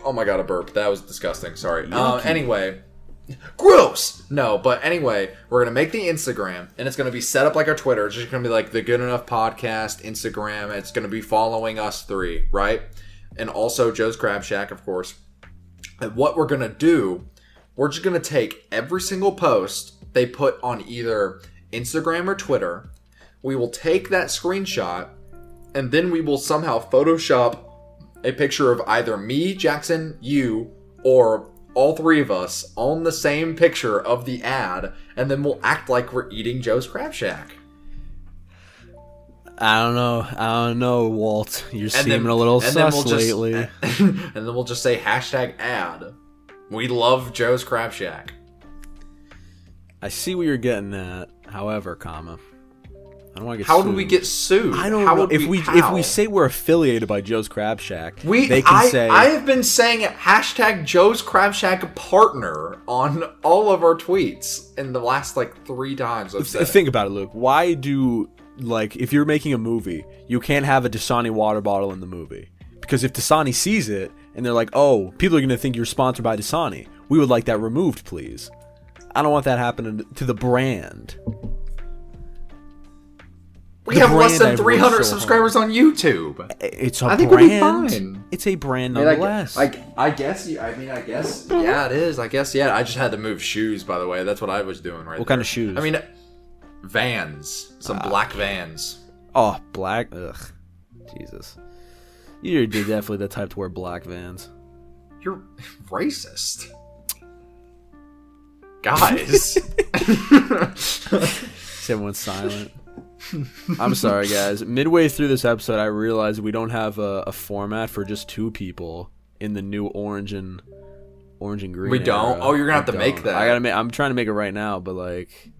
Speaker 2: oh my god, a burp. That was disgusting. Sorry. Um, anyway. Gross. No, but anyway, we're gonna make the Instagram, and it's gonna be set up like our Twitter. It's just gonna be like the Good Enough Podcast Instagram. It's gonna be following us three, right? And also Joe's Crab Shack, of course. And what we're gonna do, we're just gonna take every single post they put on either Instagram or Twitter. We will take that screenshot, and then we will somehow Photoshop a picture of either me, Jackson, you, or all three of us on the same picture of the ad, and then we'll act like we're eating Joe's Crab Shack.
Speaker 1: I don't know, I don't know, Walt. You're
Speaker 2: And
Speaker 1: seeming a little
Speaker 2: and then
Speaker 1: sus
Speaker 2: we'll just-
Speaker 1: lately.
Speaker 2: and then we'll just say hashtag ad. We love Joe's Crab Shack.
Speaker 1: I see what you're getting at. However, comma, I don't want to get.
Speaker 2: How do we
Speaker 1: sued.
Speaker 2: get sued?
Speaker 1: I don't
Speaker 2: How
Speaker 1: know
Speaker 2: would
Speaker 1: if we if
Speaker 2: how?
Speaker 1: we say we're affiliated by Joe's Crab Shack.
Speaker 2: We,
Speaker 1: they can
Speaker 2: I,
Speaker 1: say
Speaker 2: I have been saying hashtag Joe's Crab Shack partner on all of our tweets in the last like three times. I've said
Speaker 1: Th-
Speaker 2: it.
Speaker 1: think about it, Luke. Why do like if you're making a movie, you can't have a Dasani water bottle in the movie because if Dasani sees it and they're like, "Oh, people are gonna think you're sponsored by Dasani. We would like that removed, please." I don't want that happening to the brand.
Speaker 2: We
Speaker 1: The
Speaker 2: have less
Speaker 1: brand
Speaker 2: than
Speaker 1: I work
Speaker 2: 300
Speaker 1: so hard.
Speaker 2: subscribers on YouTube.
Speaker 1: It's a
Speaker 2: I think we'll be
Speaker 1: brand.
Speaker 2: fine.
Speaker 1: It's a brand
Speaker 2: I mean, I gu-
Speaker 1: nonetheless.
Speaker 2: I, I guess you. I mean, I guess. Yeah, it is. I guess. Yeah, I just had to move shoes. By the way, that's what I was doing right.
Speaker 1: what
Speaker 2: there.
Speaker 1: kind of shoes? Ah.
Speaker 2: I mean, Vans. Some black Vans.
Speaker 1: oh, black. Ugh, Jesus. You're de- definitely the type to wear black vans.
Speaker 2: You're racist, guys.
Speaker 1: Everyone's silent. I'm sorry, guys. Midway through this episode, I realized we don't have a, a format for just two people in the new orange and orange and green.
Speaker 2: We don't?
Speaker 1: era.
Speaker 2: Oh, you're gonna
Speaker 1: I
Speaker 2: have to make
Speaker 1: don't.
Speaker 2: that.
Speaker 1: I gotta. Make, I'm trying to make it right now, but like,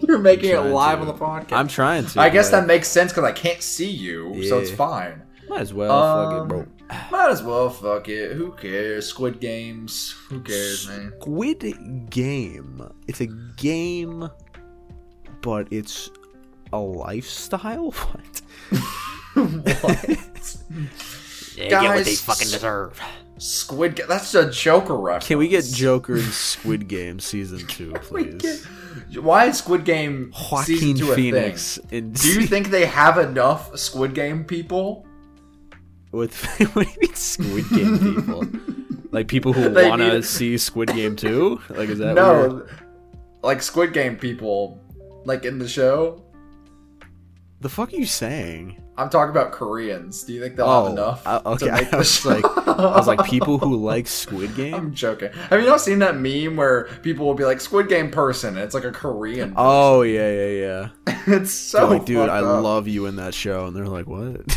Speaker 2: You're making it
Speaker 1: trying
Speaker 2: live
Speaker 1: to.
Speaker 2: on the podcast.
Speaker 1: I'm trying to.
Speaker 2: I guess
Speaker 1: but
Speaker 2: that makes sense because I can't see you, so it's
Speaker 1: Yeah.
Speaker 2: fine.
Speaker 1: might as well. fuck it,
Speaker 2: Um,
Speaker 1: bro.
Speaker 2: Might as well. Fuck it. Who cares? Squid Games. Who cares, man?
Speaker 1: Squid Game. It's a game, but it's a lifestyle. What?
Speaker 2: Guys, what they fucking deserve. Squid. Ga- That's a Joker reference.
Speaker 1: Can we get Joker in Squid Game season two, please?
Speaker 2: Why is Squid Game season
Speaker 1: Joaquin
Speaker 2: two a thing?
Speaker 1: Phoenix in
Speaker 2: Do you think they have enough Squid Game people?
Speaker 1: with what do you mean Squid Game people? like people who
Speaker 2: They
Speaker 1: want to
Speaker 2: need-
Speaker 1: see Squid Game too? Like is that
Speaker 2: no,
Speaker 1: weird?
Speaker 2: like Squid Game people, like in the show.
Speaker 1: The fuck are you saying? Oh,
Speaker 2: I'm talking about Koreans. Do you think they'll have enough?
Speaker 1: I- uh, okay.
Speaker 2: to make
Speaker 1: I
Speaker 2: the
Speaker 1: was
Speaker 2: show?
Speaker 1: like, I was like, people who like Squid Game.
Speaker 2: I'm joking. Have you not seen that meme where people will be like Squid Game person? And it's like a Korean.
Speaker 1: Oh yeah, yeah, yeah.
Speaker 2: it's so
Speaker 1: like, dude,
Speaker 2: fucked
Speaker 1: I
Speaker 2: up.
Speaker 1: love you in that show, and they're like, what?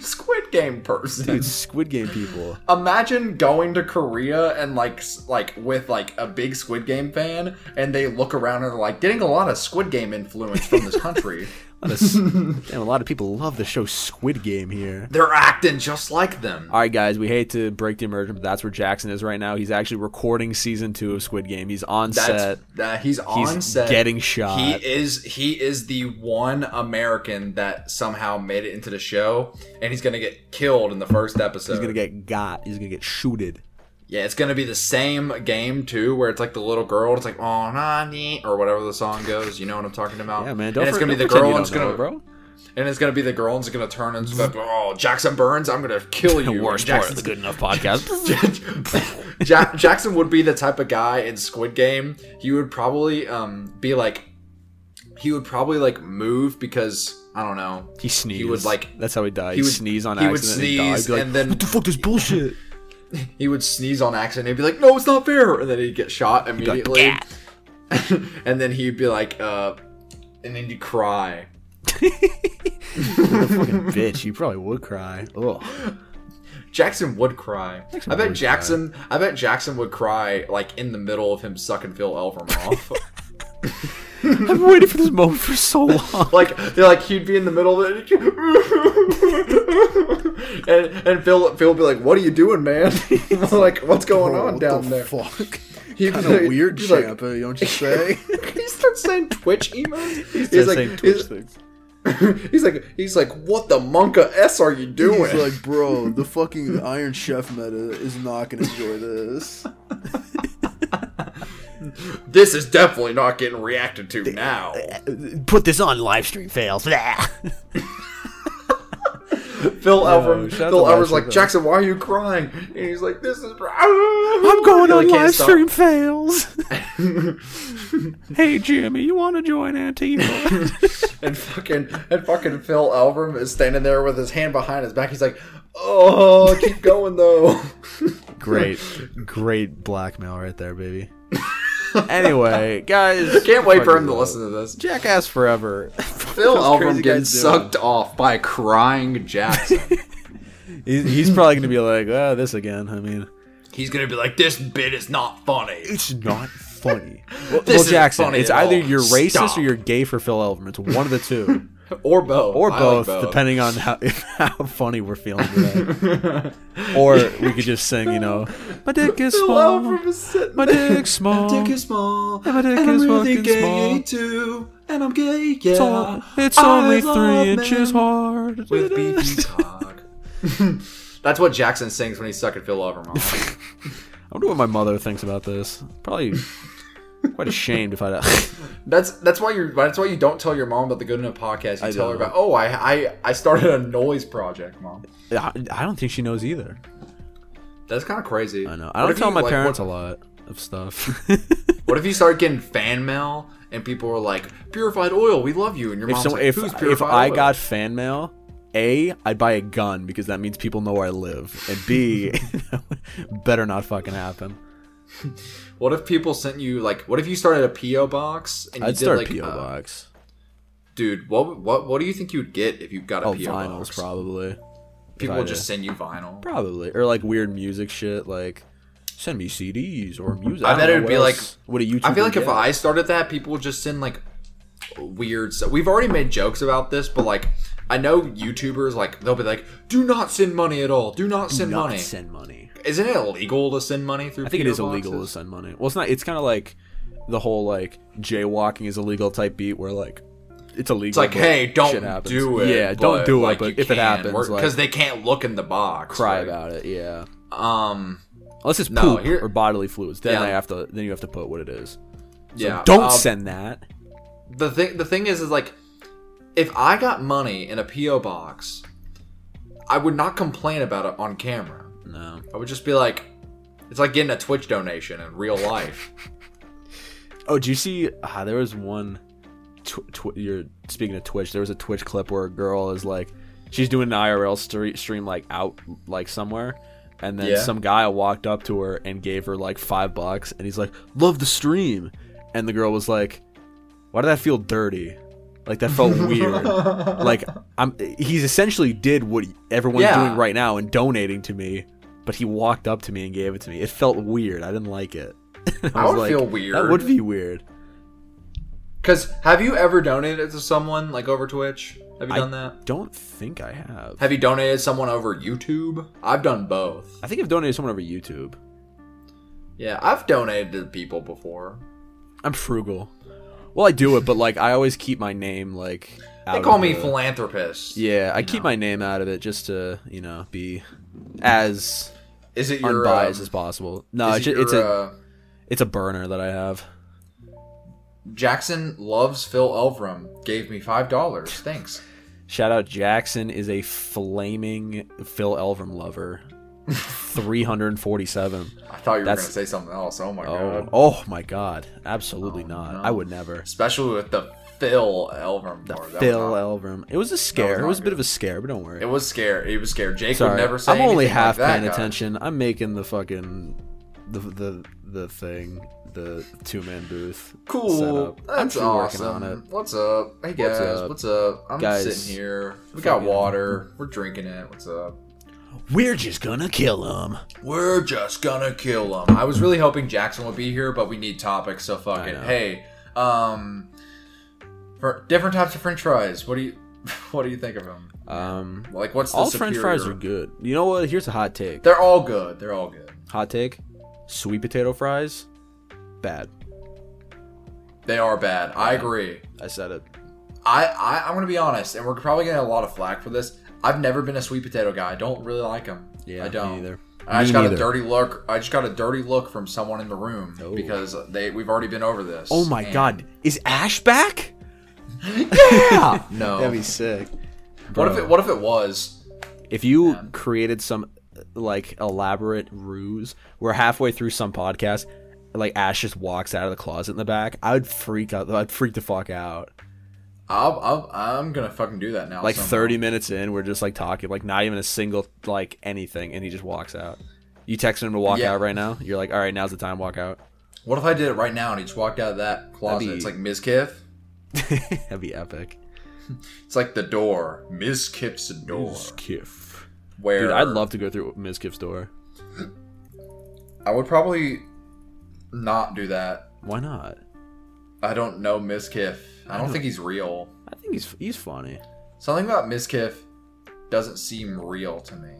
Speaker 2: Squid Game person.
Speaker 1: dude, Squid Game people.
Speaker 2: Imagine going to Korea and like s- like with like a big Squid Game fan, and they look around and they're like getting a lot of Squid Game influence from this country.
Speaker 1: A lot of, s- damn, a lot of people love the show Squid Game here.
Speaker 2: they're acting just like them.
Speaker 1: All right, guys, we hate to break the immersion, but that's where Jackson is right now. He's actually recording season two of Squid Game. He's on set.
Speaker 2: That's that he's on
Speaker 1: He's
Speaker 2: set.
Speaker 1: getting shot.
Speaker 2: He is he is the one American that somehow made it into the show, and he's gonna get killed in the first episode.
Speaker 1: He's gonna get got. He's gonna get shooted.
Speaker 2: yeah, it's gonna be the same game too, where it's like the little girl. It's like oh nani or whatever the song goes. You know what I'm talking about?
Speaker 1: Yeah, man. Don't
Speaker 2: and it's
Speaker 1: for-
Speaker 2: gonna be
Speaker 1: don't
Speaker 2: the
Speaker 1: pretend
Speaker 2: girl.
Speaker 1: you
Speaker 2: And it's
Speaker 1: don't know
Speaker 2: gonna
Speaker 1: it, bro.
Speaker 2: and it's gonna be the girl and it's gonna turn and it's gonna be, oh Jackson Burns, I'm gonna kill you.
Speaker 1: Worst part of the Good Enough podcast.
Speaker 2: Jackson- Ja- Jackson would be the type of guy in Squid Game. He would probably um be like, he would probably like move because I don't know.
Speaker 1: he sneezed.
Speaker 2: He would like
Speaker 1: That's how he died.
Speaker 2: he would
Speaker 1: sneeze on
Speaker 2: he would
Speaker 1: accident. and, die.
Speaker 2: sneeze
Speaker 1: He'd be like,
Speaker 2: and then-
Speaker 1: what the fuck is bullshit?
Speaker 2: he would sneeze on accident. He'd be like, no, it's not fair, and then he'd get shot immediately. and then he'd be like, uh, and then he'd cry.
Speaker 1: Fucking bitch. You probably would cry. Ugh.
Speaker 2: Jackson would cry. I bet
Speaker 1: would
Speaker 2: Jackson. I bet Jackson would cry like in the middle of him sucking Phil Elverum off.
Speaker 1: I've been waiting for this moment for so long.
Speaker 2: like they're like he'd be in the middle of it, and and Phil Phil would be like, "What are you doing, man? like, what's going on down there?"
Speaker 4: Fuck.
Speaker 2: He'd be
Speaker 4: Kind of weird
Speaker 2: he'd be like-
Speaker 4: shampoo, don't you say?
Speaker 2: he starts saying Twitch emotes. He's,
Speaker 1: They're
Speaker 2: like,
Speaker 1: saying Twitch
Speaker 2: he's,
Speaker 1: things.
Speaker 2: he's like, he's like, "What the monka s are you doing?"
Speaker 4: He's like, bro, the fucking Iron Chef meta is not gonna enjoy this.
Speaker 2: this is definitely not getting reacted to now.
Speaker 1: Put this on live stream fails.
Speaker 2: Phil Elverum,
Speaker 1: shout out
Speaker 2: Phil
Speaker 1: to
Speaker 2: Elverum's
Speaker 1: Lashley,
Speaker 2: like,
Speaker 1: though.
Speaker 2: "Jackson, why are you crying?" And he's like, "This is." I'm
Speaker 1: I'm going on live stream fails. hey Jimmy, you want to join Antifa?
Speaker 2: And fucking and fucking Phil Elverum is standing there with his hand behind his back. He's like, "Oh, keep going though."
Speaker 1: great, great blackmail right there, baby. anyway, guys,
Speaker 2: Can't wait for him to listen to this.
Speaker 1: Jackass forever.
Speaker 2: Phil
Speaker 1: crazy
Speaker 2: Elverum getting
Speaker 1: guys doing?
Speaker 2: sucked off by crying Jackson.
Speaker 1: he's, he's probably gonna be like, oh, this again. I mean,
Speaker 2: He's gonna be like, "This bit is not funny."
Speaker 1: it's not funny. well,
Speaker 2: This isn't
Speaker 1: Jackson,
Speaker 2: funny
Speaker 1: it's
Speaker 2: at
Speaker 1: either
Speaker 2: all.
Speaker 1: you're racist
Speaker 2: Stop.
Speaker 1: or you're gay for Phil Elverman. It's one of the two,
Speaker 2: Or both.
Speaker 1: or
Speaker 2: I like
Speaker 1: both, depending on how how funny we're feeling today. or we could just sing, you know, my dick is
Speaker 2: Phil
Speaker 1: small.
Speaker 2: Elverum is sitting
Speaker 1: My
Speaker 2: there.
Speaker 1: dick's small.
Speaker 2: Dick is small.
Speaker 1: my dick
Speaker 2: and
Speaker 1: is
Speaker 2: I'm really
Speaker 1: fucking
Speaker 2: gay
Speaker 1: small.
Speaker 2: too. And I'm gay, yeah.
Speaker 1: It's, on- it's
Speaker 2: I
Speaker 1: only
Speaker 2: love
Speaker 1: three
Speaker 2: men
Speaker 1: inches hard.
Speaker 2: With beefy cock. That's what Jackson sings when he's sucking Phil Elverum off.
Speaker 1: I wonder what my mother thinks about this. Probably Quite ashamed if I don't.
Speaker 2: That's that's why you're that's why you don't tell your mom about the Good Enough podcast. You
Speaker 1: I
Speaker 2: tell her
Speaker 1: don't.
Speaker 2: about oh I, I I started a noise project, mom.
Speaker 1: I I don't think she knows either.
Speaker 2: That's kind of crazy.
Speaker 1: I know. I
Speaker 2: What
Speaker 1: don't
Speaker 2: if
Speaker 1: tell
Speaker 2: you,
Speaker 1: my
Speaker 2: like,
Speaker 1: parents
Speaker 2: what,
Speaker 1: a lot of stuff.
Speaker 2: What if you start getting fan mail and people are like purified oil, we love you, and your
Speaker 1: if
Speaker 2: mom's
Speaker 1: some,
Speaker 2: like,
Speaker 1: if,
Speaker 2: who's
Speaker 1: if
Speaker 2: purified
Speaker 1: I
Speaker 2: oil?
Speaker 1: got fan mail, A, I'd buy a gun because that means people know where I live. And B, better not fucking happen.
Speaker 2: What if people sent you like? What if you started a PO box and you
Speaker 1: I'd
Speaker 2: did
Speaker 1: start
Speaker 2: like,
Speaker 1: PO
Speaker 2: uh,
Speaker 1: box.
Speaker 2: dude? What what what do you think you'd get if you got a
Speaker 1: Oh,
Speaker 2: PO
Speaker 1: vinyls
Speaker 2: box?
Speaker 1: probably.
Speaker 2: People
Speaker 1: I
Speaker 2: would
Speaker 1: did.
Speaker 2: just send you vinyl.
Speaker 1: Probably or like weird music shit like send me CDs or music.
Speaker 2: I
Speaker 1: don't
Speaker 2: bet
Speaker 1: know
Speaker 2: it'd
Speaker 1: what
Speaker 2: be like-
Speaker 1: else would a YouTube.
Speaker 2: I feel like if I started that, people would just send like weird stuff. We've already made jokes about this, but like I know YouTubers like they'll be like, "Do not send money at all. Do not send
Speaker 1: not
Speaker 2: money."
Speaker 1: send money.
Speaker 2: Isn't it illegal to send money through?
Speaker 1: I think it
Speaker 2: PO
Speaker 1: is illegal to
Speaker 2: boxes?
Speaker 1: send money. Well, it's not. It's kind of like the whole like jaywalking is illegal type beat where like it's illegal.
Speaker 2: It's like,
Speaker 1: but
Speaker 2: hey,
Speaker 1: shit
Speaker 2: don't
Speaker 1: happens.
Speaker 2: do it.
Speaker 1: Yeah, don't do it.
Speaker 2: like,
Speaker 1: but
Speaker 2: you
Speaker 1: if
Speaker 2: can.
Speaker 1: it happens,
Speaker 2: We're-
Speaker 1: like,
Speaker 2: they can't look in the box,
Speaker 1: cry
Speaker 2: right?
Speaker 1: about it. Yeah,
Speaker 2: Um,
Speaker 1: unless it's
Speaker 2: No,
Speaker 1: poop
Speaker 2: here-
Speaker 1: or bodily fluids, then
Speaker 2: Yeah.
Speaker 1: I have to. Then you have to put what it is.
Speaker 2: yeah.
Speaker 1: Don't
Speaker 2: um,
Speaker 1: send that.
Speaker 2: the thing the thing is is like if I got money in a PO box, I would not complain about it on camera.
Speaker 1: No,
Speaker 2: I would just be like it's like getting a Twitch donation in real life.
Speaker 1: Oh, do you see? Ah, there was one. Tw- tw- you're speaking of Twitch. There was a Twitch clip where a girl is like, she's doing an IRL stre- stream like out like somewhere, and then
Speaker 2: Yeah.
Speaker 1: some guy walked up to her and gave her like five bucks, and he's like, "Love the stream," and the girl was like, "Why did that feel dirty?" Like that felt weird. like I'm, he's essentially did what everyone's
Speaker 2: Yeah.
Speaker 1: doing right now and donating to me, but he walked up to me and gave it to me. It felt weird. I didn't like it.
Speaker 2: I
Speaker 1: was
Speaker 2: would feel
Speaker 1: That
Speaker 2: weird.
Speaker 1: would be weird.
Speaker 2: Cuz have you ever donated to someone like over Twitch? Have you
Speaker 1: I-
Speaker 2: done that?
Speaker 1: Don't think I have.
Speaker 2: Have you donated someone over YouTube? I've done both.
Speaker 1: I think I've donated someone over YouTube.
Speaker 2: Yeah, I've donated to people before.
Speaker 1: I'm frugal. Well, I do it, but like I always keep my name like. Out
Speaker 2: They call
Speaker 1: of
Speaker 2: me
Speaker 1: the-
Speaker 2: philanthropist.
Speaker 1: Yeah, I
Speaker 2: you
Speaker 1: keep
Speaker 2: know.
Speaker 1: my name out of it just to you know be as
Speaker 2: Is it your
Speaker 1: unbiased
Speaker 2: um,
Speaker 1: as possible. No,
Speaker 2: is
Speaker 1: it's,
Speaker 2: it
Speaker 1: ju- it's
Speaker 2: your,
Speaker 1: a
Speaker 2: uh,
Speaker 1: it's a burner that I have.
Speaker 2: Jackson loves Phil Elverum. Gave me five dollars. Thanks.
Speaker 1: Shout out Jackson is a flaming Phil Elverum lover. 347.
Speaker 2: I thought you were
Speaker 1: That's-
Speaker 2: gonna say something else. Oh my
Speaker 1: Oh,
Speaker 2: god.
Speaker 1: oh my god. Absolutely not.
Speaker 2: Oh, no.
Speaker 1: I would never.
Speaker 2: Especially with the Phil Elverum part. that was
Speaker 1: Phil
Speaker 2: not-
Speaker 1: Elverum. It was a scare. it
Speaker 2: not
Speaker 1: was a bit
Speaker 2: good.
Speaker 1: of a scare, but don't worry.
Speaker 2: It was scary. It was scared. Jake would
Speaker 1: Sorry,
Speaker 2: never say
Speaker 1: I'm only
Speaker 2: anything
Speaker 1: half
Speaker 2: like that,
Speaker 1: paying
Speaker 2: guys.
Speaker 1: attention. I'm making the fucking the the the thing, the two man booth.
Speaker 2: Cool.
Speaker 1: setup. I'm
Speaker 2: That's
Speaker 1: still
Speaker 2: awesome.
Speaker 1: Working on it.
Speaker 2: What's up? Hey guys, what's
Speaker 1: up?
Speaker 2: up? I'm
Speaker 1: Guys,
Speaker 2: sitting here. We got
Speaker 1: fucking-
Speaker 2: water. We're drinking it. What's up?
Speaker 1: We're just gonna kill him.
Speaker 2: We're just gonna kill him. I was really hoping Jackson would be here, but we need topics, so fuck
Speaker 1: I
Speaker 2: it.
Speaker 1: know.
Speaker 2: Hey, um, for different types of French fries. What do you, what do you think of them?
Speaker 1: Um,
Speaker 2: Like, what's the
Speaker 1: all
Speaker 2: superior?
Speaker 1: French fries are good. You know what? Here's a hot take.
Speaker 2: They're all good. They're all good.
Speaker 1: Hot take: sweet potato fries, bad.
Speaker 2: They are bad. I agree.
Speaker 1: I said it.
Speaker 2: I, I I'm gonna be honest, and we're probably getting a lot of flack for this. I've never been a sweet potato guy. I don't really like them.
Speaker 1: Yeah,
Speaker 2: I
Speaker 1: me
Speaker 2: don't
Speaker 1: neither.
Speaker 2: I just
Speaker 1: Me
Speaker 2: got
Speaker 1: neither.
Speaker 2: a dirty look. I just got a dirty look from someone in the room
Speaker 1: Oh.
Speaker 2: because they we've already been over this.
Speaker 1: Oh my
Speaker 2: and-
Speaker 1: god, is Ash back?
Speaker 2: Yeah. no.
Speaker 1: That'd be sick.
Speaker 2: What if it What if it was?
Speaker 1: If you created some like elaborate ruse where halfway through some podcast, like Ash just walks out of the closet in the back, I would freak out. I'd freak the fuck out.
Speaker 2: I'll, I'll, I'm gonna fucking do that now.
Speaker 1: Like
Speaker 2: somehow.
Speaker 1: thirty minutes in, we're just like talking, like not even a single like anything, and he just walks out. You texting him to walk
Speaker 2: Yeah.
Speaker 1: out right now? You're like, all right, now's the time, walk out.
Speaker 2: What if I did it right now and he just walked out of that closet?
Speaker 1: be-
Speaker 2: It's like Ms. Kiff.
Speaker 1: That'd be epic.
Speaker 2: It's like the door, Ms. Kiff's door.
Speaker 1: Kiff.
Speaker 2: Where
Speaker 1: Dude, I'd love to go through Ms. Kiff's door.
Speaker 2: I would probably not do that.
Speaker 1: Why not?
Speaker 2: I don't know Ms. Kiff. I don't think he's real.
Speaker 1: I think he's he's funny.
Speaker 2: Something about Ms. Kiff doesn't seem real to me.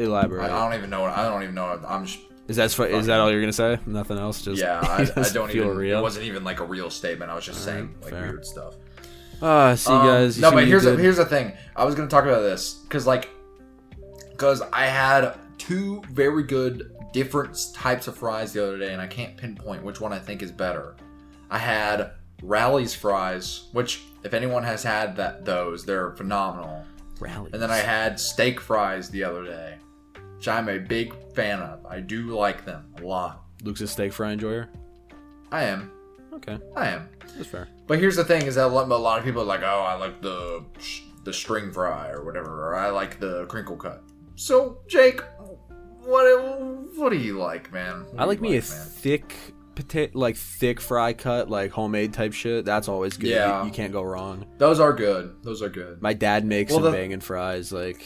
Speaker 2: I,
Speaker 1: Elaborate.
Speaker 2: I don't even know. What, I don't even know. What, I'm just.
Speaker 1: Is that is that all you're gonna say? Nothing else? Just
Speaker 2: Yeah, I,
Speaker 1: it
Speaker 2: I
Speaker 1: doesn't
Speaker 2: don't
Speaker 1: feel
Speaker 2: even.
Speaker 1: real.
Speaker 2: It wasn't even like a real statement. I was just saying like
Speaker 1: fair.
Speaker 2: weird stuff.
Speaker 1: Ah, see
Speaker 2: Um,
Speaker 1: guys. you
Speaker 2: no,
Speaker 1: see what
Speaker 2: but
Speaker 1: you
Speaker 2: here's the,
Speaker 1: did?
Speaker 2: here's the thing. I was gonna talk about this because like, because I had two very good different s- types of fries the other day, and I can't pinpoint which one I think is better. I had Rally's fries, which if anyone has had that those, they're phenomenal.
Speaker 1: Rally.
Speaker 2: And then I had steak fries the other day, which I'm a big fan of. I do like them a lot.
Speaker 1: Luke's a steak fry enjoyer.
Speaker 2: I am.
Speaker 1: Okay,
Speaker 2: I am.
Speaker 1: that's fair.
Speaker 2: But here's the thing: is that a lot, a lot of people are like, "Oh, I like the the string fry or whatever, or I like the crinkle cut." So, Jake, what what do you like, man? What
Speaker 1: I
Speaker 2: do
Speaker 1: like
Speaker 2: you
Speaker 1: me
Speaker 2: man?
Speaker 1: a thick potato, like thick fry cut, like homemade type shit. That's always good. You-
Speaker 2: Yeah.
Speaker 1: you, can't go wrong.
Speaker 2: Those are good. Those are good.
Speaker 1: My dad makes
Speaker 2: Well,
Speaker 1: some
Speaker 2: the-
Speaker 1: banging fries. Like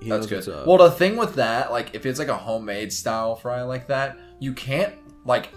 Speaker 1: he
Speaker 2: That's
Speaker 1: knows
Speaker 2: good.
Speaker 1: what's up.
Speaker 2: Well, the thing with that, like, if it's like a homemade style fry like that, you can't like.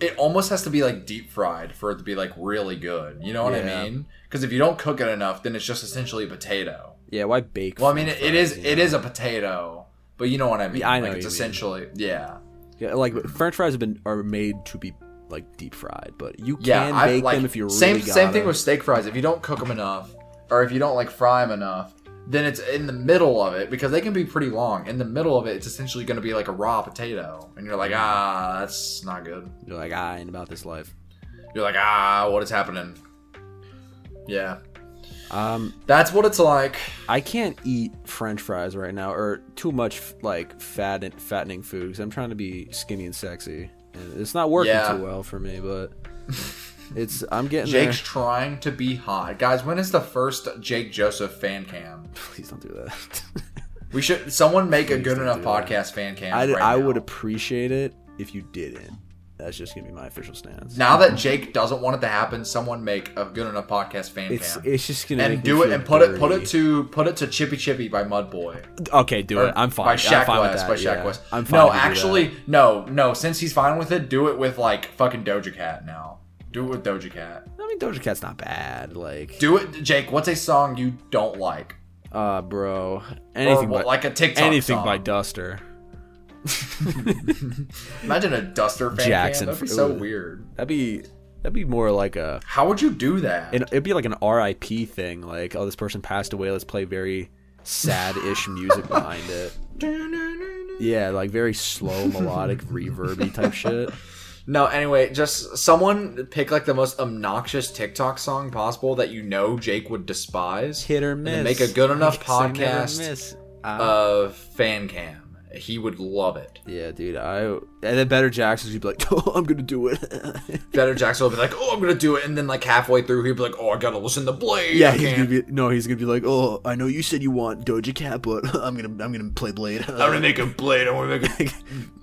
Speaker 2: It almost has to be like deep fried for it to be like really good. You know what
Speaker 1: Yeah.
Speaker 2: I mean? Because if you don't cook it enough, then it's just essentially a potato.
Speaker 1: yeah, why bake?
Speaker 2: Well, I mean,
Speaker 1: french
Speaker 2: it, it is
Speaker 1: fries, you
Speaker 2: it
Speaker 1: know?
Speaker 2: is a potato, but you know what I mean.
Speaker 1: Yeah, I know
Speaker 2: like, it's
Speaker 1: what you mean.
Speaker 2: essentially yeah.
Speaker 1: Yeah, like French fries have been are made to be like deep fried, but you
Speaker 2: Yeah,
Speaker 1: can
Speaker 2: I
Speaker 1: bake
Speaker 2: like
Speaker 1: them if you really
Speaker 2: same
Speaker 1: gotta.
Speaker 2: same thing with steak fries. If you don't cook them enough, or if you don't like fry them enough, then it's in the middle of it because they can be pretty long. In the middle of it, it's essentially going to be like a raw potato, and you're like,
Speaker 1: Mm.
Speaker 2: ah, that's not good.
Speaker 1: You're like I ain't about this life.
Speaker 2: You're like, ah, what is happening? Yeah,
Speaker 1: Um,
Speaker 2: that's what it's like.
Speaker 1: I can't eat French fries right now, or too much like fat and fattening food 'cause I'm trying to be skinny and sexy, and it's not working
Speaker 2: Yeah.
Speaker 1: too well for me. But it's I'm getting
Speaker 2: Jake's
Speaker 1: there.
Speaker 2: trying to be hot, guys. When is the first Jake Joseph fan cam?
Speaker 1: Please don't do that.
Speaker 2: We should someone make a good
Speaker 1: don't
Speaker 2: enough
Speaker 1: do that.
Speaker 2: podcast fan cam.
Speaker 1: I,
Speaker 2: right
Speaker 1: I
Speaker 2: now.
Speaker 1: would appreciate it if you didn't. That's just gonna be my official stance.
Speaker 2: Now that Jake doesn't want it to happen, someone make a good enough podcast fan
Speaker 1: it's
Speaker 2: cam.
Speaker 1: it's just gonna
Speaker 2: and
Speaker 1: make me
Speaker 2: do it
Speaker 1: feel
Speaker 2: and put it put
Speaker 1: dirty.
Speaker 2: it to put it to Chippy Chippy by Mudboy.
Speaker 1: okay. Do it.
Speaker 2: Or
Speaker 1: I'm fine.
Speaker 2: By
Speaker 1: I'm
Speaker 2: Shaq
Speaker 1: fine with
Speaker 2: West.
Speaker 1: that,
Speaker 2: By Shaq
Speaker 1: yeah.
Speaker 2: West.
Speaker 1: I'm fine.
Speaker 2: No,
Speaker 1: to do that.
Speaker 2: actually, no, no. Since he's fine with it, do it with like fucking Doja Cat now. Do it with Doja Cat.
Speaker 1: I mean Doja Cat's not bad. Like,
Speaker 2: Do it, Jake. What's a song you don't like?
Speaker 1: uh, bro,
Speaker 2: Or
Speaker 1: anything
Speaker 2: what-
Speaker 1: by
Speaker 2: like a TikTok
Speaker 1: anything
Speaker 2: song.
Speaker 1: by Duster.
Speaker 2: Imagine a Duster fan Jackson.
Speaker 1: Jackson.
Speaker 2: That'd be so
Speaker 1: Ooh.
Speaker 2: weird.
Speaker 1: That'd be that'd be more like a
Speaker 2: How would you do that?
Speaker 1: and it'd be like an RIP thing, like, oh, this person passed away. Let's play very sad-ish music behind it. Yeah, like very slow, melodic, reverby type shit.
Speaker 2: No, anyway, just someone pick like the most obnoxious TikTok song possible that you know Jake would despise.
Speaker 1: Hit or miss.
Speaker 2: And then make a good enough
Speaker 1: I guess I never
Speaker 2: podcast
Speaker 1: miss. Uh,
Speaker 2: of fan cam. He would love it.
Speaker 1: yeah, dude. I and then better Jackson's. You'd be like, oh, I'm gonna do it.
Speaker 2: Better Jackson will be like, "Oh, I'm gonna do it," and then like halfway through, he'd be like, "Oh, I gotta listen to Blade."
Speaker 1: yeah,
Speaker 2: I
Speaker 1: he's gonna
Speaker 2: can't.
Speaker 1: be no. He's gonna be like, oh, I know you said you want Doja Cat, but I'm gonna I'm gonna play Blade.
Speaker 2: I'm gonna make a blade. I want to make a.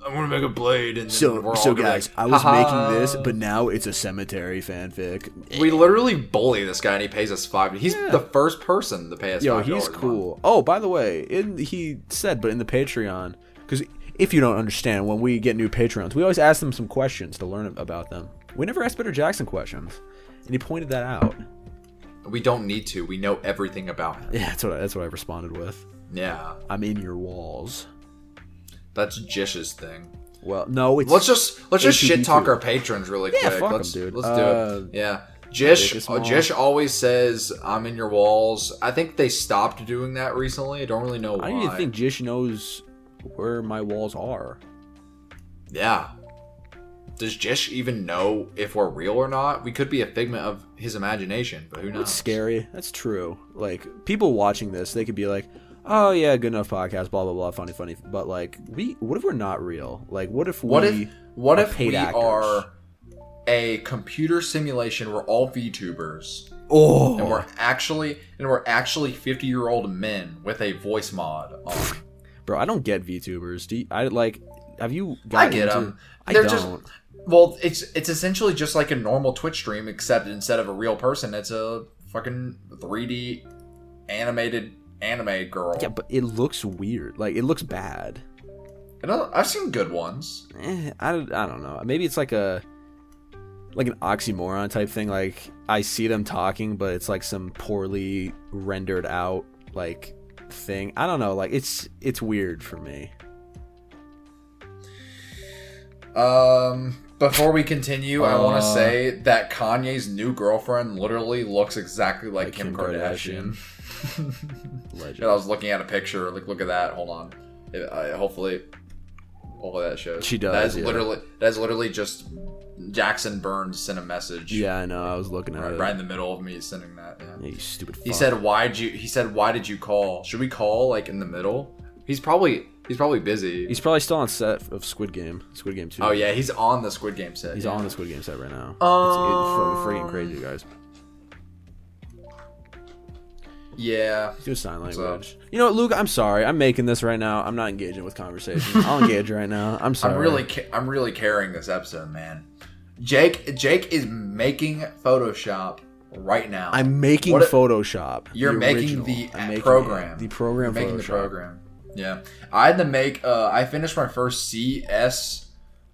Speaker 2: I want to make a blade. And then
Speaker 1: So,
Speaker 2: we're all
Speaker 1: so
Speaker 2: gonna be
Speaker 1: guys,
Speaker 2: like,
Speaker 1: I was
Speaker 2: "Ha-ha."
Speaker 1: making this, but now it's a cemetery fanfic.
Speaker 2: we literally bully this guy, and he pays us five. He's the first person to pay us.
Speaker 1: Yo,
Speaker 2: $5
Speaker 1: he's
Speaker 2: a month.
Speaker 1: cool. Oh, by the way, in he said, but in the Patreon, because if you don't understand, when we get new Patreons, we always ask them some questions to learn about them. We never ask Better Jackson questions, and he pointed that out.
Speaker 2: We don't need to. We know everything about him.
Speaker 1: Yeah, that's what I, that's what I responded with.
Speaker 2: Yeah,
Speaker 1: I'm in your walls.
Speaker 2: that's Jish's thing.
Speaker 1: Well, no, it's
Speaker 2: Let's just let's just
Speaker 1: ATB2.
Speaker 2: shit talk our patrons really
Speaker 1: Yeah,
Speaker 2: quick.
Speaker 1: fuck 'em,
Speaker 2: let's,
Speaker 1: dude.
Speaker 2: Let's
Speaker 1: Uh,
Speaker 2: do it. Yeah.
Speaker 1: Dick is
Speaker 2: Jish, uh,
Speaker 1: small.
Speaker 2: Jish always says, "I'm in your walls." I think they stopped doing that recently. I don't really know why.
Speaker 1: I don't even think Jish knows where my walls are.
Speaker 2: Yeah. Does Jish even know if we're real or not? We could be a figment of his imagination, but who knows?
Speaker 1: It's scary. That's true. Like people watching this, they could be like, "Oh yeah, good enough podcast, blah blah blah, funny funny." But like, we what if we're not real? Like, what if
Speaker 2: What
Speaker 1: we
Speaker 2: if what
Speaker 1: are
Speaker 2: if
Speaker 1: paid
Speaker 2: we
Speaker 1: actors?
Speaker 2: are a computer simulation? We're all VTubers,
Speaker 1: Oh,
Speaker 2: and we're actually and we're actually fifty year old men with a voice mod on.
Speaker 1: bro, I don't get VTubers. Do you, I like? Have you?
Speaker 2: I
Speaker 1: gotten
Speaker 2: get
Speaker 1: into-
Speaker 2: them.
Speaker 1: I
Speaker 2: They're
Speaker 1: don't.
Speaker 2: just well, it's it's essentially just like a normal Twitch stream, except instead of a real person, it's a fucking 3D animated anime girl.
Speaker 1: yeah, but it looks weird. Like it looks bad.
Speaker 2: And I- I've seen good ones.
Speaker 1: Eh, I don't- I don't know. Maybe it's like a like an oxymoron type thing. Like I see them talking, but it's like some poorly rendered out like thing. I don't know. Like it's it's weird for me.
Speaker 2: Um, before we continue, I want to say that Kanye's new girlfriend literally looks exactly like, Kim, Kardashian.
Speaker 1: Legend.
Speaker 2: And I was looking at a picture. Like, look at that. Hold on. It- I- hopefully, pull that show.
Speaker 1: She does,
Speaker 2: That is
Speaker 1: yeah.
Speaker 2: literally that is literally just Jackson Burns sent a message.
Speaker 1: Yeah, I know. I was looking at
Speaker 2: Right,
Speaker 1: it.
Speaker 2: right in the middle of me sending that. Yeah.
Speaker 1: Yeah, you stupid.
Speaker 2: He
Speaker 1: fuck.
Speaker 2: said, "Why'd you?" He said, "Why did you call? Should we call like in the middle?" He's probably he's probably busy.
Speaker 1: he's probably still on set of Squid Game. Squid Game Two.
Speaker 2: oh yeah, he's on the Squid Game set.
Speaker 1: He's
Speaker 2: yeah. Um,
Speaker 1: on the Squid Game set right now. Oh, it's, it's fucking freaking crazy, guys.
Speaker 2: Yeah.
Speaker 1: Do sign
Speaker 2: up?
Speaker 1: language. You know what, Luke? I'm sorry. I'm making this right now. I'm not engaging with conversation. I'll engage right now. I'm sorry.
Speaker 2: I'm really ca- I'm really carrying this episode, man. Jake Jake is making Photoshop right now.
Speaker 1: I'm making
Speaker 2: What a-
Speaker 1: Photoshop.
Speaker 2: You're
Speaker 1: the
Speaker 2: making
Speaker 1: original.
Speaker 2: the uh,
Speaker 1: I'm making
Speaker 2: program.
Speaker 1: it. The program.
Speaker 2: You're making
Speaker 1: Photoshop.
Speaker 2: the program. Yeah, I had to make. Uh, I finished my first CS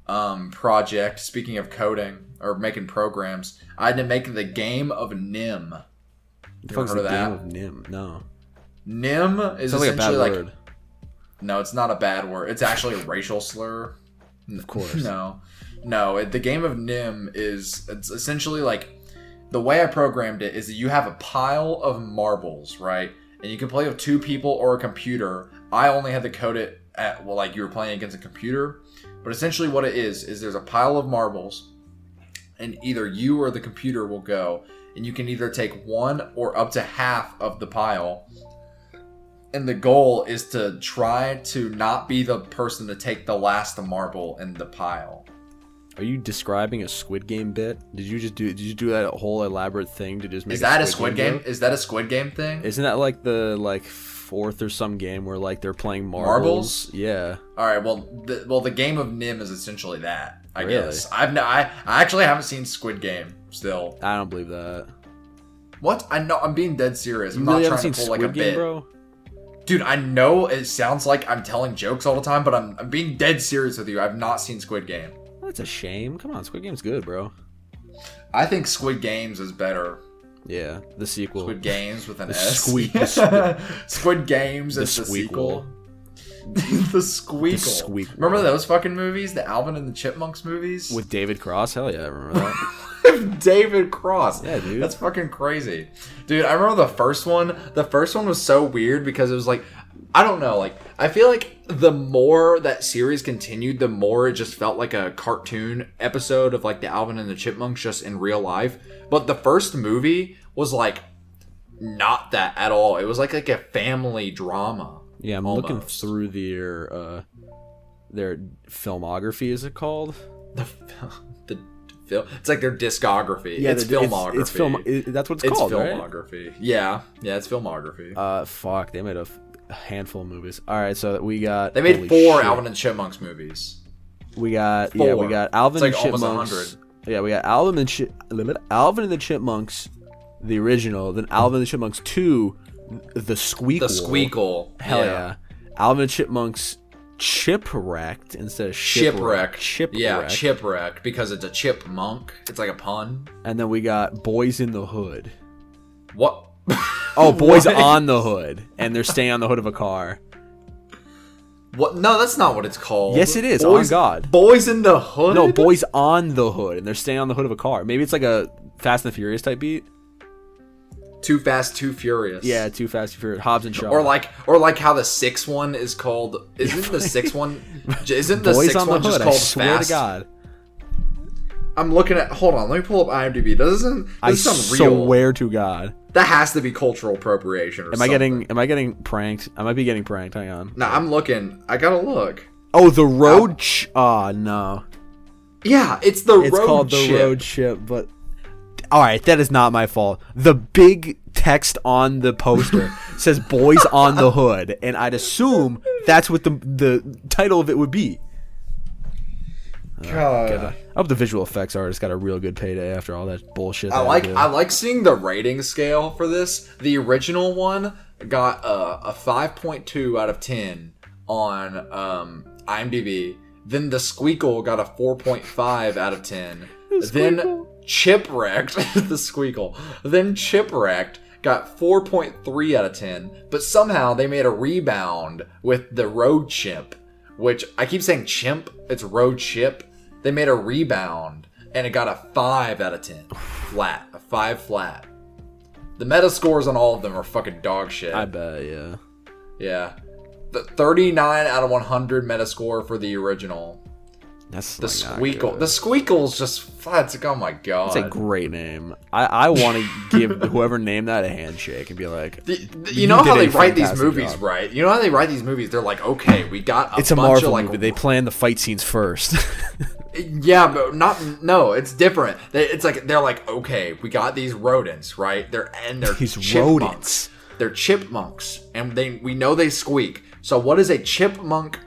Speaker 2: um, project. Speaking of coding or making programs, I had to make the game of Nim.
Speaker 1: The fuck's
Speaker 2: heard
Speaker 1: the
Speaker 2: of
Speaker 1: game
Speaker 2: that?
Speaker 1: of Nim? No.
Speaker 2: Nim is
Speaker 1: Sounds like a bad
Speaker 2: essentially like
Speaker 1: word.
Speaker 2: no, it's not a bad word. It's actually a racial slur.
Speaker 1: Of course.
Speaker 2: No, no. it- The game of Nim is it's essentially like the way I programmed it is that you have a pile of marbles, right? And you can play with two people or a computer. I only had to code it at well, like you were playing against a computer. But essentially, what it is is there's a pile of marbles, and either you or the computer will go, and you can either take one or up to half of the pile. And the goal is to try to not be the person to take the last marble in the pile.
Speaker 1: Are you describing a Squid Game bit? Did you just do? Did you do that whole elaborate thing to just make?
Speaker 2: Is that a Squid Game? Is that a Squid Game thing?
Speaker 1: joke? Isn't that like the like fourth or some game where like they're playing marbles?
Speaker 2: Marbles?
Speaker 1: Yeah.
Speaker 2: All right. Well, the, well, the game of Nim is essentially that. I
Speaker 1: Really?
Speaker 2: guess I've no, I, I actually haven't seen Squid Game still.
Speaker 1: I don't believe that.
Speaker 2: What? I know I'm being dead serious. I'm
Speaker 1: You really
Speaker 2: not
Speaker 1: haven't
Speaker 2: trying
Speaker 1: seen
Speaker 2: to pull
Speaker 1: Squid
Speaker 2: like a
Speaker 1: Game,
Speaker 2: bit,
Speaker 1: bro?
Speaker 2: dude. I know it sounds like I'm telling jokes all the time, but I'm I'm being dead serious with you. I've not seen Squid Game.
Speaker 1: That's a shame. Come on, Squid Game's good, bro.
Speaker 2: I think Squid Games is better.
Speaker 1: Yeah, the sequel.
Speaker 2: Squid Games with an
Speaker 1: The
Speaker 2: S.
Speaker 1: squeak- the squeak.
Speaker 2: Squid Games
Speaker 1: The
Speaker 2: is the
Speaker 1: squeakle.
Speaker 2: sequel. the squeakle.
Speaker 1: squeakle.
Speaker 2: Remember those fucking movies, the Alvin and the Chipmunks movies
Speaker 1: With David Cross? Hell yeah, I remember that.
Speaker 2: David Cross.
Speaker 1: Yeah, dude.
Speaker 2: That's fucking crazy. Dude, I remember the first one. The first one was so weird because it was like, I don't know, like, I feel like the more that series continued, the more it just felt like a cartoon episode of like the Alvin and the Chipmunks just in real life. But the first movie was like, not that at all. It was like like a family drama.
Speaker 1: yeah, I'm looking
Speaker 2: Almost.
Speaker 1: through their uh their filmography, is it called?
Speaker 2: The fil- the film. It's like their discography.
Speaker 1: Yeah,
Speaker 2: it's
Speaker 1: the-
Speaker 2: filmography.
Speaker 1: It's, film it- that's what it's,
Speaker 2: It's
Speaker 1: called, right?
Speaker 2: filmography. Yeah, yeah, it's filmography.
Speaker 1: Uh fuck, they made a, f- a handful of movies. All right, so we got
Speaker 2: They made
Speaker 1: holy
Speaker 2: four
Speaker 1: shit.
Speaker 2: Alvin and Chipmunks movies.
Speaker 1: We got yeah, we
Speaker 2: Four.
Speaker 1: got Alvin
Speaker 2: It's
Speaker 1: and
Speaker 2: like almost
Speaker 1: Chipmunks. Yeah, we got Alvin and Chi- Alvin and the Chipmunks, the original. Then Alvin and the Chipmunks two, the Squeakle.
Speaker 2: The Squeakle.
Speaker 1: Hell yeah. Alvin and Chipmunks chipwrecked instead of
Speaker 2: Shipwreck.
Speaker 1: shipwrecked. Shipwrecked.
Speaker 2: Yeah, shipwreck because it's a chipmunk. It's like a pun.
Speaker 1: and then we got Boys in the Hood.
Speaker 2: What?
Speaker 1: Oh, Boys on the Hood, and they're staying on the hood of a car.
Speaker 2: What? No, that's not what it's called.
Speaker 1: Yes, it is, on
Speaker 2: Boys,
Speaker 1: God.
Speaker 2: Boys in the Hood?
Speaker 1: No, Boys on the Hood, and they're staying on the hood of a car. Maybe it's like a Fast and the Furious type beat.
Speaker 2: Too Fast, Too Furious.
Speaker 1: Yeah, Too Fast, Too Furious, Hobbs and Shaw.
Speaker 2: Or like, or like how the sixth one is called. Isn't the sixth one? Isn't the
Speaker 1: Boys
Speaker 2: sixth
Speaker 1: on the
Speaker 2: one just
Speaker 1: Hood. I
Speaker 2: called
Speaker 1: swear
Speaker 2: Fast?
Speaker 1: to God,
Speaker 2: I'm looking at. Hold on, let me pull up IMDb. That doesn't. This
Speaker 1: I
Speaker 2: sound real.
Speaker 1: swear to God.
Speaker 2: That has to be cultural appropriation. Or
Speaker 1: Am I getting? Am I getting pranked? I might be getting pranked. Hang on.
Speaker 2: No, I'm looking. I gotta look.
Speaker 1: Oh, the road. Ch-
Speaker 2: ah,
Speaker 1: oh no,
Speaker 2: Yeah, it's the
Speaker 1: it's
Speaker 2: road
Speaker 1: called the
Speaker 2: chip.
Speaker 1: road chip. But all right, that is not my fault. The big text on the poster says "Boys on the Hood," and I'd assume that's what the the title of it would be.
Speaker 2: God.
Speaker 1: I hope the visual effects artist got a real good payday after all that bullshit.
Speaker 2: I
Speaker 1: that
Speaker 2: like
Speaker 1: did.
Speaker 2: I like seeing the rating scale for this. The original one got a, a 5.2 out of 10 on um, IMDb. Then the Squeakle got a 4.5 out of 10. then Chipwrecked, the Squeakle. Then Chipwrecked got 4.3 out of 10. But somehow they made a rebound with the Road Chimp, which I keep saying chimp. It's Road Chip. They made a rebound and it got a 5 out of 10. Flat. A 5 flat. The meta scores on all of them are fucking dog shit.
Speaker 1: I bet. Yeah.
Speaker 2: yeah. th- 39 out of 100 Metascore for the original.
Speaker 1: That's
Speaker 2: The
Speaker 1: like not
Speaker 2: Squeakle.
Speaker 1: good.
Speaker 2: The Squeakle's just. That's like, oh my god.
Speaker 1: That's a great name. I, I want to give whoever named that a handshake and be like,
Speaker 2: The- the- you know
Speaker 1: did
Speaker 2: how
Speaker 1: a
Speaker 2: they write these
Speaker 1: fantastic
Speaker 2: movies,
Speaker 1: job.
Speaker 2: right? You know how they write these movies. They're like, okay, we got a
Speaker 1: It's a
Speaker 2: bunch
Speaker 1: Marvel
Speaker 2: of like,
Speaker 1: movie. They plan the fight scenes first.
Speaker 2: yeah, but not no. It's different. They, it's like they're like, okay, we got these rodents, right? They're and they're
Speaker 1: These
Speaker 2: chipmunks.
Speaker 1: rodents.
Speaker 2: They're chipmunks, and they we know they squeak. So what is a chipmunk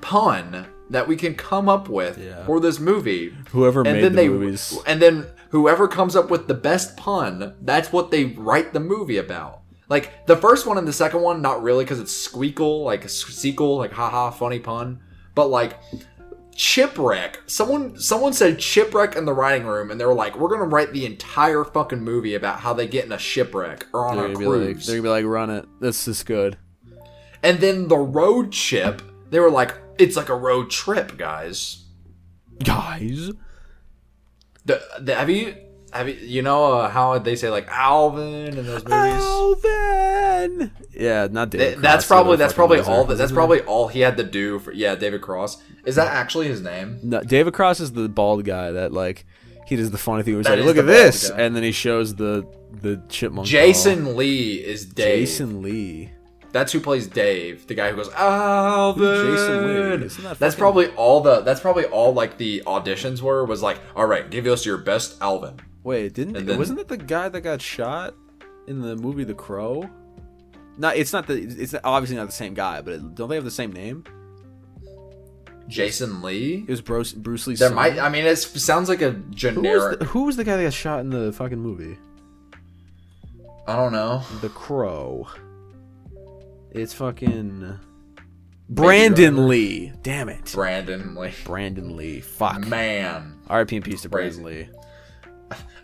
Speaker 2: pun that we can come up with
Speaker 1: Yeah.
Speaker 2: for this movie?
Speaker 1: Whoever
Speaker 2: and
Speaker 1: made
Speaker 2: then
Speaker 1: the
Speaker 2: they,
Speaker 1: movies.
Speaker 2: and then whoever comes up with the best pun, that's what they write the movie about. Like the first one and the second one, not really, because it's squeakle, like sequel, like haha, funny pun. But like Chipwreck. Someone someone said shipwreck in the writing room, and they were like, "We're gonna write the entire fucking movie about how they get in a shipwreck or on
Speaker 1: they're
Speaker 2: a
Speaker 1: gonna be like,
Speaker 2: cruise."
Speaker 1: they're gonna be like, run it. This is good.
Speaker 2: and then the road chip. They were like, "It's like a road trip, guys."
Speaker 1: Guys,
Speaker 2: The, the, have you have you, you know uh, how they say like Alvin in those movies?
Speaker 1: Oh, Alvin. Yeah, not
Speaker 2: Th-
Speaker 1: David. Cross,
Speaker 2: that's
Speaker 1: the
Speaker 2: probably
Speaker 1: other
Speaker 2: that's
Speaker 1: fucking
Speaker 2: probably
Speaker 1: loser.
Speaker 2: all that that's probably all he had to do for yeah David Cross is that actually his name
Speaker 1: No, David Cross is the bald guy that like he does the funny thing. Where he's
Speaker 2: That
Speaker 1: like,
Speaker 2: is
Speaker 1: look
Speaker 2: the
Speaker 1: at
Speaker 2: bald
Speaker 1: this,
Speaker 2: guy.
Speaker 1: and then he shows the the chipmunk. doll.
Speaker 2: Jason Lee is Dave
Speaker 1: Jason Lee.
Speaker 2: that's who plays Dave the guy who goes Alvin
Speaker 1: Jason Lee? Isn't that
Speaker 2: that's
Speaker 1: fucking-
Speaker 2: probably all the that's probably all like the auditions were was like all right give us your best Alvin
Speaker 1: Wait, didn't
Speaker 2: And then-
Speaker 1: wasn't that the guy that got shot in the movie The Crow? No, it's not the. It's obviously not the same guy, but it, don't they have the same name?
Speaker 2: Jason Lee
Speaker 1: It was Bruce Bruce Lee's.
Speaker 2: there
Speaker 1: son.
Speaker 2: might I mean it sounds like a
Speaker 1: Who was,
Speaker 2: generic
Speaker 1: the, who was the guy that got shot in the fucking movie?
Speaker 2: I don't know
Speaker 1: The Crow. It's fucking Brandon Lee. Damn it,
Speaker 2: Brandon Lee
Speaker 1: Brandon Lee. Fuck.
Speaker 2: man
Speaker 1: R.I.P. and peace to Brandon
Speaker 2: Crazy.
Speaker 1: Lee.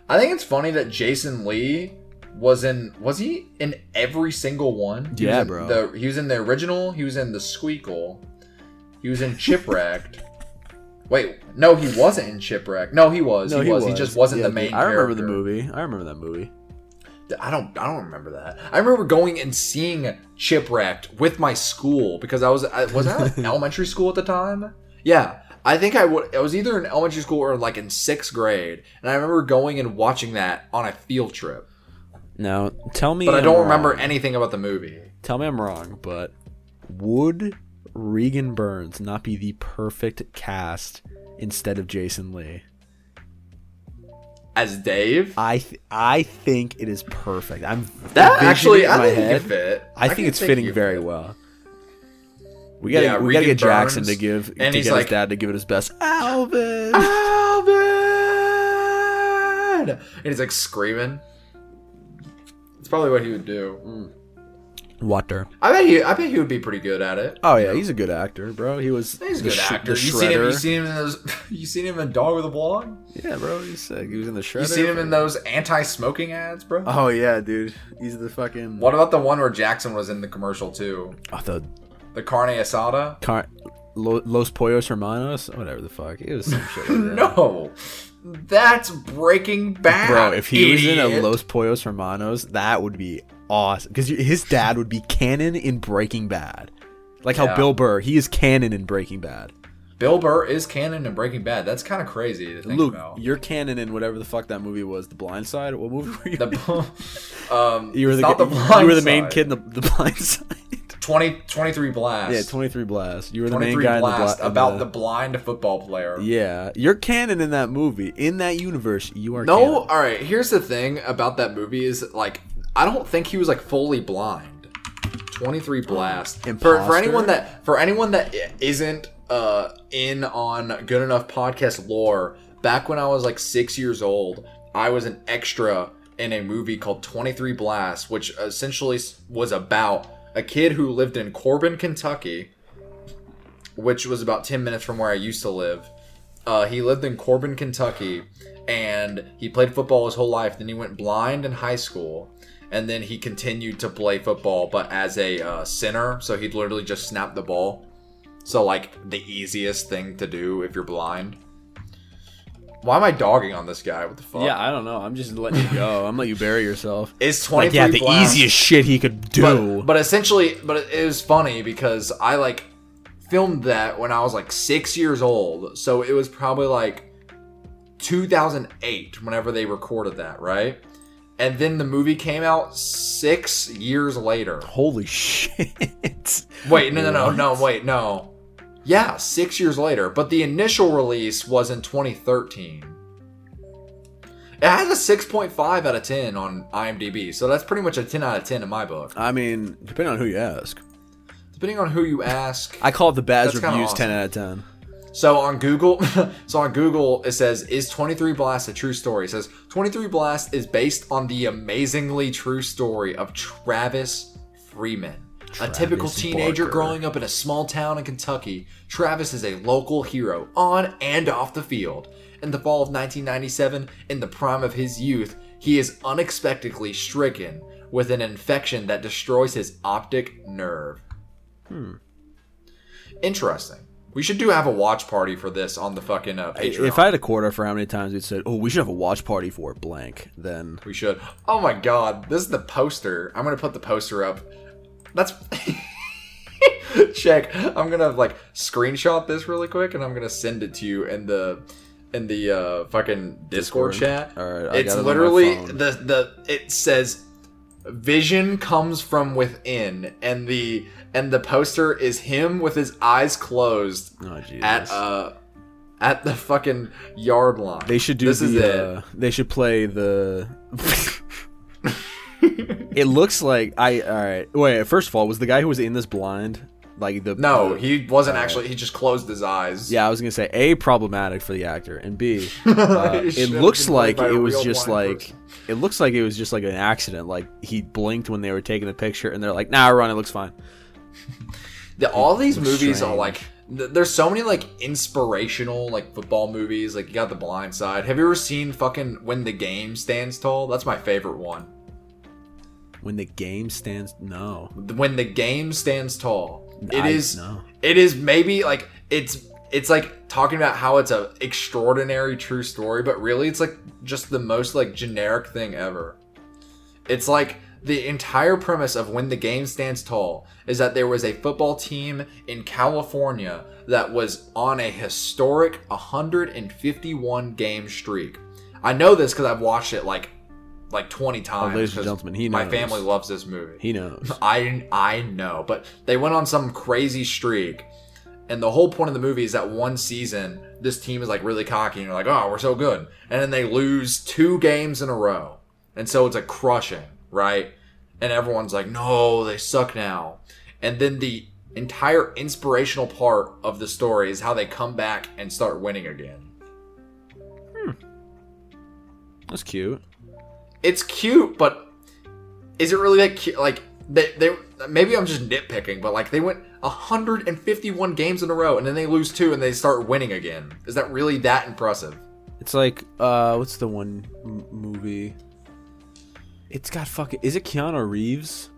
Speaker 2: I think it's funny that Jason Lee was in was he in every single one? He was
Speaker 1: Yeah,
Speaker 2: in
Speaker 1: bro.
Speaker 2: The, he was in the original. He was in the Squeakle. He was in Chipwrecked. Wait, no, he wasn't in Chipwrecked. No, he was. he, was. He just wasn't
Speaker 1: Yeah,
Speaker 2: the main.
Speaker 1: I remember the
Speaker 2: character.
Speaker 1: movie. I remember that movie.
Speaker 2: I don't. I don't remember that. I remember going and seeing Chipwrecked with my school because I was. I, was I in elementary school at the time? Yeah, I think I would. I was either in elementary school or like in sixth grade, and I remember going and watching that on a field trip.
Speaker 1: Now, tell me.
Speaker 2: But I
Speaker 1: I'm
Speaker 2: don't remember
Speaker 1: wrong.
Speaker 2: anything about the movie.
Speaker 1: Tell me I'm wrong, but would Regan Burns not be the perfect cast instead of Jason Lee?
Speaker 2: As Dave,
Speaker 1: I th- I think it is perfect. I'm
Speaker 2: that
Speaker 1: envisioning it
Speaker 2: actually,
Speaker 1: in
Speaker 2: I
Speaker 1: my
Speaker 2: think you
Speaker 1: head.
Speaker 2: could fit.
Speaker 1: I, think
Speaker 2: can
Speaker 1: it's fitting
Speaker 2: you
Speaker 1: very
Speaker 2: fit.
Speaker 1: well. We gotta,
Speaker 2: Yeah,
Speaker 1: we
Speaker 2: Regan
Speaker 1: gotta get Jackson
Speaker 2: Burns,
Speaker 1: to give
Speaker 2: and
Speaker 1: to
Speaker 2: he's
Speaker 1: get
Speaker 2: like-
Speaker 1: his dad to give it his best. Alvin.
Speaker 2: Alvin, and he's like screaming. It's probably what he would do. Mm.
Speaker 1: Water.
Speaker 2: I bet he. I bet he would be pretty good at it.
Speaker 1: Oh yeah, he's a good actor, bro. He was
Speaker 2: He's a
Speaker 1: the
Speaker 2: good
Speaker 1: sh-
Speaker 2: actor.
Speaker 1: the
Speaker 2: You seen him? You
Speaker 1: Shredder.
Speaker 2: seen him in those? You seen him in Dog with a Blog?
Speaker 1: yeah, bro. He's sick. He was in the shredder.
Speaker 2: You seen him in those anti-smoking ads, bro?
Speaker 1: Oh yeah, dude. He's the fucking
Speaker 2: What about the one where Jackson was in the commercial too?
Speaker 1: Oh, the
Speaker 2: The carne asada?
Speaker 1: Car- Lo- Los Pollos Hermanos, whatever the fuck. It was some shit. Like that.
Speaker 2: No, that's Breaking Bad.
Speaker 1: bro, if he was in a
Speaker 2: idiot.
Speaker 1: Los Pollos Hermanos, that would be awesome because his dad would be canon in Breaking Bad, like how
Speaker 2: Yeah.
Speaker 1: Bill Burr he is canon in Breaking Bad.
Speaker 2: Bill Burr is canon in Breaking Bad. That's kind of crazy to think
Speaker 1: Luke,
Speaker 2: about.
Speaker 1: you're canon in whatever the fuck that movie was, The Blind Side. What movie were you?
Speaker 2: The,
Speaker 1: in?
Speaker 2: um,
Speaker 1: you were
Speaker 2: it's
Speaker 1: the,
Speaker 2: not
Speaker 1: g-
Speaker 2: Blind
Speaker 1: you were the main
Speaker 2: Side.
Speaker 1: kid in the, the Blind Side.
Speaker 2: 20, 23 Blast.
Speaker 1: yeah, 23 Blast. You were the main
Speaker 2: 23
Speaker 1: guy
Speaker 2: Blast
Speaker 1: in the Bla- in
Speaker 2: about the... blind football player.
Speaker 1: Yeah, you're canon in that movie. In that universe, you are
Speaker 2: No,
Speaker 1: canon.
Speaker 2: all right. Here's the thing about that movie is like I don't think he was like fully blind. 23 blast. For, for
Speaker 1: Imposter?
Speaker 2: anyone that for anyone that i- isn't uh in on good enough podcast lore, back when I was like 6 years old, I was an extra in a movie called 23 Blast, which essentially s- was about a kid who lived in Corbin, Kentucky, which was about 10 minutes from where I used to live. Uh, he lived in Corbin, Kentucky, and he played football his whole life. Then he went blind in high school, and then he continued to play football, but as a uh, center. So he'd literally just snap the ball. So like the easiest thing to do if you're blind. Why am I dogging on this guy? What the fuck?
Speaker 1: Yeah, I don't know. I'm just letting you go. I'm letting you bury yourself.
Speaker 2: Is twenty
Speaker 1: Like,
Speaker 2: three
Speaker 1: yeah, the easiest shit he could do.
Speaker 2: But, but essentially, but it was funny because I like filmed that when I was like six years old, so it was probably like 2008 whenever they recorded that, right? And then the movie came out six years later.
Speaker 1: Holy shit.
Speaker 2: Wait, no, no, no, no, wait, no. Yeah, six years later. But the initial release was in 2013. It has a 6.5 out of 10 on IMDb, so that's pretty much a 10 out of 10 in my book.
Speaker 1: I mean, depending on who you ask.
Speaker 2: Depending on who you ask.
Speaker 1: I call it the Baz
Speaker 2: That's kinda
Speaker 1: reviews
Speaker 2: awesome.
Speaker 1: 10 out of 10.
Speaker 2: So on Google, so on Google, it says, "Is 23 Blast a true story?" It says 23 Blast is based on the amazingly true story of Travis Freeman, a typical teenager
Speaker 1: Barker.
Speaker 2: growing up in a small town in Kentucky. Travis is a local hero on and off the field. In the fall of 1997, in the prime of his youth, he is unexpectedly stricken with an infection that destroys his optic nerve. Interesting. We should do have a watch party for this on the fucking uh, Patreon.
Speaker 1: If I had a quarter for how many times it said, oh, we should have a watch party for blank, then.
Speaker 2: we should. Oh my god, this is the poster. I'm gonna put the poster up. That's check. I'm gonna like screenshot this really quick, and I'm gonna send it to you in the in the uh, fucking Discord,
Speaker 1: Discord.
Speaker 2: chat.
Speaker 1: Alright, I
Speaker 2: it's
Speaker 1: got it on my
Speaker 2: literally
Speaker 1: phone.
Speaker 2: the the it says vision comes from within, and the and the poster is him with his eyes closed
Speaker 1: Oh, Jesus.
Speaker 2: at uh at the fucking yard line.
Speaker 1: they should do
Speaker 2: this.
Speaker 1: the,
Speaker 2: is it.
Speaker 1: uh, They should play the. it looks like. I. Alright. Wait, first of all, was the guy who was in this blind? Like the.
Speaker 2: no,
Speaker 1: the-
Speaker 2: he wasn't actually. He just closed his eyes.
Speaker 1: Yeah, I was gonna say a problematic for the actor, and b uh,
Speaker 2: It
Speaker 1: it
Speaker 2: should've
Speaker 1: looks
Speaker 2: been
Speaker 1: like
Speaker 2: played by a
Speaker 1: it was
Speaker 2: real
Speaker 1: just
Speaker 2: blind
Speaker 1: like
Speaker 2: person.
Speaker 1: it looks like it was just like an accident. Like he blinked when they were taking the picture, and they're like, "Nah, run, it looks fine."
Speaker 2: The, all these movies are
Speaker 1: strange.
Speaker 2: like. th- There's so many like inspirational like football movies. Like you got The Blind Side. Have you ever seen fucking When the Game Stands Tall? That's my favorite one.
Speaker 1: When the game stands, no,
Speaker 2: When the game stands tall, it
Speaker 1: I-
Speaker 2: is.
Speaker 1: no.
Speaker 2: It is maybe like it's. It's like talking about how it's a extraordinary true story, but really it's like just the most like generic thing ever. It's like the entire premise of When the Game Stands Tall is that there was a football team in California that was on a historic 151 game streak. I know this because I've watched it like like 20 times.
Speaker 1: Oh, ladies and
Speaker 2: 'cause
Speaker 1: gentlemen, he
Speaker 2: my
Speaker 1: knows.
Speaker 2: family loves this movie.
Speaker 1: he knows.
Speaker 2: I I know, but they went on some crazy streak, and the whole point of the movie is that one season this team is like really cocky and they're like, oh, we're so good, and then they lose two games in a row, and so it's a crushing, right? And everyone's like, no, they suck now, and then the entire inspirational part of the story is how they come back and start winning again.
Speaker 1: That's cute.
Speaker 2: it's cute, but is it really that cute? Like they, they maybe I'm just nitpicking, but like they went 151 games in a row, and then they lose two, and they start winning again. Is that really that impressive?
Speaker 1: It's like, uh, what's the one m- movie? It's got fucking. Is it Keanu Reeves?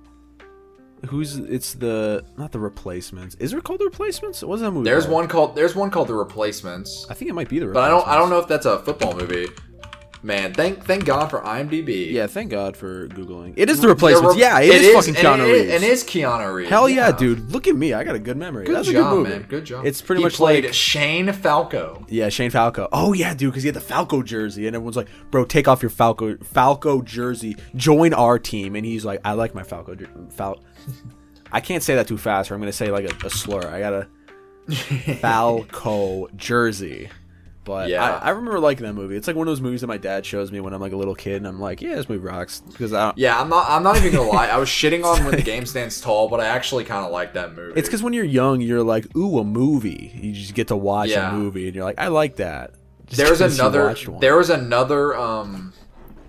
Speaker 1: Who's it's the not the replacements? Is it called the replacements? What's that movie?
Speaker 2: There's
Speaker 1: called?
Speaker 2: one called there's one called The Replacements,
Speaker 1: I think it might be the.
Speaker 2: but I don't I
Speaker 1: Replacements.
Speaker 2: don't know if that's a football movie. Man, thank thank God for IMDb.
Speaker 1: Yeah, thank God for googling. It is the
Speaker 2: The
Speaker 1: replacements.
Speaker 2: Re-
Speaker 1: yeah, it is, fucking
Speaker 2: and
Speaker 1: Keanu
Speaker 2: it is-
Speaker 1: Reeves.
Speaker 2: And it is Keanu Reeves.
Speaker 1: Hell yeah, dude! Look at me. I got a good memory.
Speaker 2: Good
Speaker 1: That's
Speaker 2: job,
Speaker 1: a good movie.
Speaker 2: man. Good job.
Speaker 1: It's pretty
Speaker 2: He
Speaker 1: much
Speaker 2: played
Speaker 1: like
Speaker 2: Shane Falco.
Speaker 1: yeah, Shane Falco. Oh yeah, dude, because he had the Falco jersey, and everyone's like, "Bro, take off your Falco Falco jersey, join our team." And he's like, "I like my Falco jer- Fal." I can't say that too fast, or I'm gonna say like a, a slur. I got a Falco jersey. But
Speaker 2: Yeah.
Speaker 1: I, I remember liking that movie. It's like one of those movies that my dad shows me when I'm like a little kid, and I'm like, "Yeah, this movie rocks." Because I don't,
Speaker 2: Yeah, I'm not. I'm not even gonna lie. I was shitting on when the game stands tall, but I actually kind of like that movie.
Speaker 1: It's because when you're young, you're like, ooh, a movie. You just get to watch
Speaker 2: Yeah.
Speaker 1: a movie, and you're like, I like that. Just
Speaker 2: there's
Speaker 1: 'cause you
Speaker 2: another.
Speaker 1: watched one.
Speaker 2: There was another. Um,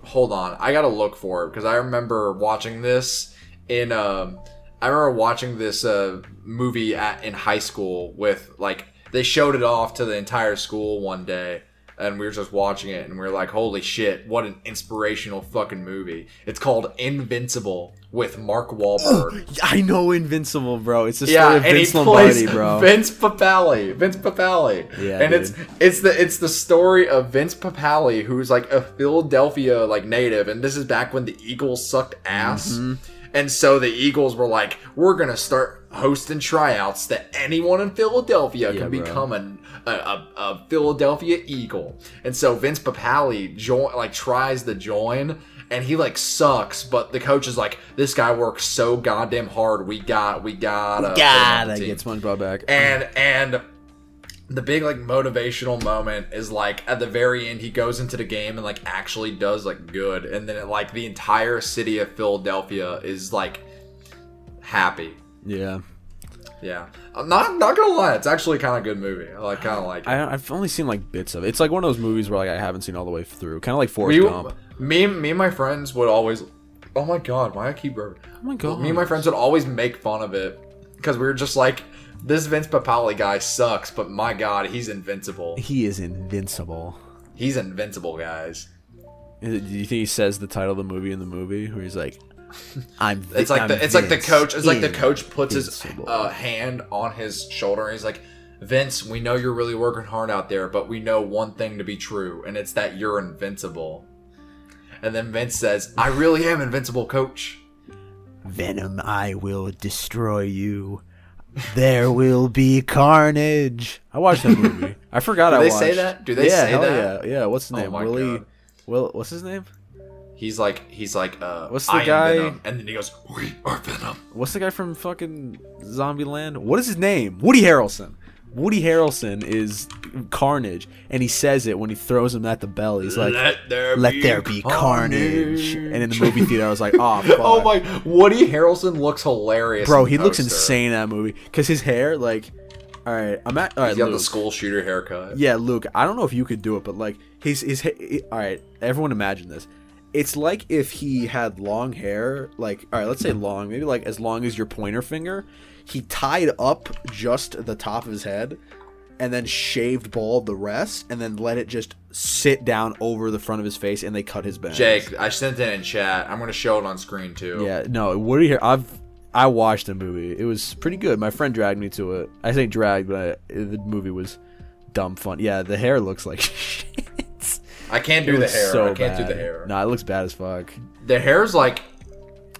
Speaker 2: hold on. I gotta look for it because I remember watching this in. Um, I remember watching this uh, movie at in high school with like they showed it off to the entire school one day. and we were just watching it, and we were like, "Holy shit! What an inspirational fucking movie!" It's called Invincible with Mark Wahlberg.
Speaker 1: I know Invincible, bro. It's the story
Speaker 2: yeah,
Speaker 1: of
Speaker 2: and he
Speaker 1: Vince
Speaker 2: plays
Speaker 1: Lombardi, bro.
Speaker 2: Vince Papali. Vince Papali.
Speaker 1: Yeah,
Speaker 2: and
Speaker 1: dude.
Speaker 2: it's it's the it's the story of Vince Papali, who's like a Philadelphia like native, and this is back when the Eagles sucked ass.
Speaker 1: Mm-hmm.
Speaker 2: And so the Eagles were like, we're gonna start hosting tryouts that anyone in Philadelphia can
Speaker 1: bro.
Speaker 2: become a, a, a, a Philadelphia Eagle. And so Vince Papali join like tries to join, and he like sucks. But the coach is like, this guy works so goddamn hard. We got, we gotta, put him on
Speaker 1: God,
Speaker 2: the
Speaker 1: I
Speaker 2: team."
Speaker 1: get SpongeBob back.
Speaker 2: and and the big like motivational moment is like at the very end he goes into the game and like actually does like good and then it, like the entire city of Philadelphia is like happy.
Speaker 1: Yeah,
Speaker 2: Yeah. I'm not not gonna lie, it's actually kinda good movie. I like kinda like it.
Speaker 1: I, I've only seen like bits of it. It's like one of those movies where like I haven't seen all the way through. Kind of like Forrest
Speaker 2: We
Speaker 1: Gump.
Speaker 2: me me and my friends would always Oh my god, why I keep burping?
Speaker 1: Oh my god.
Speaker 2: Me and my friends would always make fun of it because we were just like, this Vince Papali guy sucks, but my god, he's invincible.
Speaker 1: He is invincible.
Speaker 2: He's invincible, guys.
Speaker 1: Is it- Do you think he says the title of the movie in the movie where he's like, "I'm"?
Speaker 2: It's like
Speaker 1: I'm
Speaker 2: the it's like the
Speaker 1: Vince
Speaker 2: coach. It's like the coach puts his
Speaker 1: Invincible."
Speaker 2: uh, hand on his shoulder and he's like, Vince, we know you're really working hard out there, but we know one thing to be true, and it's that you're invincible. And then Vince says, I really am invincible, coach.
Speaker 1: Venom, I will destroy you. There will be carnage. I watched that movie. I forgot I
Speaker 2: they
Speaker 1: watched.
Speaker 2: say that? Do they
Speaker 1: yeah,
Speaker 2: say
Speaker 1: hell
Speaker 2: that?
Speaker 1: Yeah, yeah. What's his
Speaker 2: Oh
Speaker 1: name?
Speaker 2: my
Speaker 1: Willie.
Speaker 2: God.
Speaker 1: Will. What's his name?
Speaker 2: He's like he's like uh
Speaker 1: What's the
Speaker 2: "I am
Speaker 1: guy-
Speaker 2: Venom," and then he goes, We are Venom.
Speaker 1: What's the guy from fucking Zombieland? What is his name? Woody Harrelson. Woody Harrelson is Carnage, and he says it when he throws him at the bell. He's like, "Let,
Speaker 2: there
Speaker 1: there be carnage." And in the movie theater, I was like, "Oh, fuck.
Speaker 2: Oh my! Woody Harrelson looks hilarious.
Speaker 1: bro,
Speaker 2: in
Speaker 1: he
Speaker 2: the
Speaker 1: looks
Speaker 2: poster.
Speaker 1: insane in that movie because his hair, like, all right, I'm at all right,
Speaker 2: He's got
Speaker 1: Luke.
Speaker 2: the school shooter haircut.
Speaker 1: Yeah, Luke, I don't know if you could do it, but like his his ha- i- all right, everyone imagine this. It's like if he had long hair, like all right, let's say long, maybe like as long as your pointer finger. He tied up just the top of his head and then shaved bald the rest and then let it just sit down over the front of his face and they cut his bangs.
Speaker 2: Jake, I sent it in chat. I'm gonna show it on screen too.
Speaker 1: Yeah, no, Woody Har- I've I watched the movie. It was pretty good. My friend dragged me to it. I say dragged, but I, the movie was dumb fun. Yeah, the hair looks like shit.
Speaker 2: I can't do
Speaker 1: It
Speaker 2: the
Speaker 1: looks
Speaker 2: hair.
Speaker 1: so
Speaker 2: I can't
Speaker 1: bad.
Speaker 2: do the hair.
Speaker 1: Nah, it looks bad as fuck.
Speaker 2: The hair's like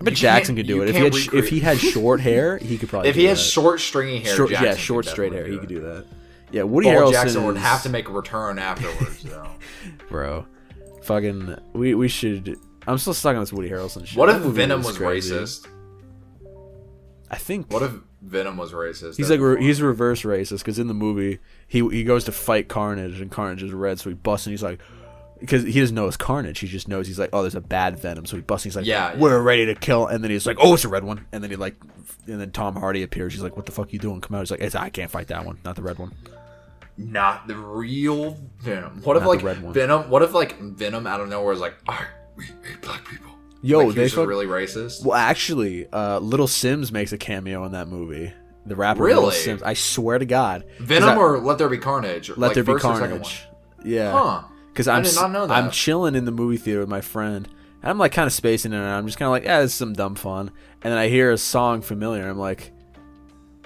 Speaker 1: But
Speaker 2: You
Speaker 1: Jackson
Speaker 2: can't-
Speaker 1: could do
Speaker 2: you
Speaker 1: it if he
Speaker 2: can't
Speaker 1: had sh- if he had short hair. He could probably
Speaker 2: if
Speaker 1: do
Speaker 2: he has
Speaker 1: that.
Speaker 2: short stringy hair.
Speaker 1: Short-
Speaker 2: Jackson
Speaker 1: yeah short
Speaker 2: could
Speaker 1: straight hair.
Speaker 2: definitely
Speaker 1: He could
Speaker 2: do it.
Speaker 1: do that. Yeah, Woody
Speaker 2: Paul
Speaker 1: Harrelson
Speaker 2: Jackson would
Speaker 1: is-
Speaker 2: have to make a return afterwards. though.
Speaker 1: bro. Fucking, we we should. I'm still stuck on this Woody Harrelson shit.
Speaker 2: What
Speaker 1: That
Speaker 2: if
Speaker 1: movie
Speaker 2: Venom was
Speaker 1: crazy.
Speaker 2: racist?
Speaker 1: I think
Speaker 2: What if Venom was racist?
Speaker 1: He's
Speaker 2: That'd
Speaker 1: like
Speaker 2: be
Speaker 1: re-
Speaker 2: fun.
Speaker 1: he's reverse racist because in the movie he he goes to fight Carnage and Carnage is red, so he busts and he's like, because he doesn't know it's Carnage, he just knows he's like, oh, there's a bad Venom, so he busts. And he's like,
Speaker 2: Yeah, yeah.
Speaker 1: we're ready to kill, and then he's like, oh, it's a red one, and then he like, and then Tom Hardy appears. He's like, what the fuck you doing? Come out. He's like, it's, I can't fight that one, not the red one.
Speaker 2: not the real Venom. What if
Speaker 1: Not the
Speaker 2: like
Speaker 1: red one.
Speaker 2: Venom? What if like Venom out of nowhere is like, "Alright, we hate black people."
Speaker 1: Yo,
Speaker 2: like, he
Speaker 1: they
Speaker 2: was just
Speaker 1: fuck-
Speaker 2: really racist.
Speaker 1: Well, actually, uh, Little Sims makes a cameo in that movie. The rapper Little
Speaker 2: Really?
Speaker 1: Sims. I swear to God, 'Cause
Speaker 2: Venom
Speaker 1: I-
Speaker 2: or Let There Be Carnage?
Speaker 1: Let
Speaker 2: like,
Speaker 1: there be
Speaker 2: first or second
Speaker 1: carnage. Yeah.
Speaker 2: Huh.
Speaker 1: Because
Speaker 2: I
Speaker 1: I'm
Speaker 2: did
Speaker 1: s-
Speaker 2: not know that.
Speaker 1: I'm chilling in the movie theater with my friend, and I'm like kind of spacing it out. I'm just kind of like, yeah, this is some dumb fun. And then I hear a song familiar. and I'm like,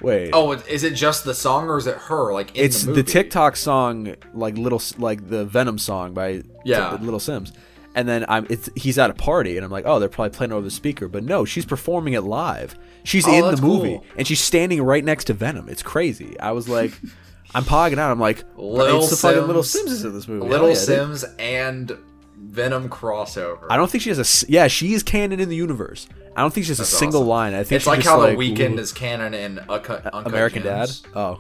Speaker 1: wait,
Speaker 2: Oh, it- is it just the song or is it her? Like in
Speaker 1: it's
Speaker 2: the,
Speaker 1: the,
Speaker 2: movie?
Speaker 1: TikTok song, like little, S- like the Venom song by
Speaker 2: Yeah.
Speaker 1: T- Little Sims. And then I'm it's he's at a party, and I'm like, oh, they're probably playing it over the speaker. But no, she's performing it live. She's
Speaker 2: Oh,
Speaker 1: in the
Speaker 2: that's
Speaker 1: movie,
Speaker 2: cool.
Speaker 1: and she's standing right next to Venom. It's crazy. I was like. I'm pogging out. I'm like,
Speaker 2: Lil
Speaker 1: it's the fucking Little
Speaker 2: Sims.
Speaker 1: Sims is in this movie.
Speaker 2: Little
Speaker 1: Hell yeah, dude.
Speaker 2: Sims and Venom crossover.
Speaker 1: I don't think she has a. s- Yeah, she is canon in the universe. I don't think she has a single
Speaker 2: awesome.
Speaker 1: line. I think
Speaker 2: It's
Speaker 1: she's
Speaker 2: like
Speaker 1: just
Speaker 2: how
Speaker 1: like
Speaker 2: the weekend
Speaker 1: ooh,
Speaker 2: is canon in Uncut, Uncut
Speaker 1: American Dad.
Speaker 2: Gems.
Speaker 1: Oh,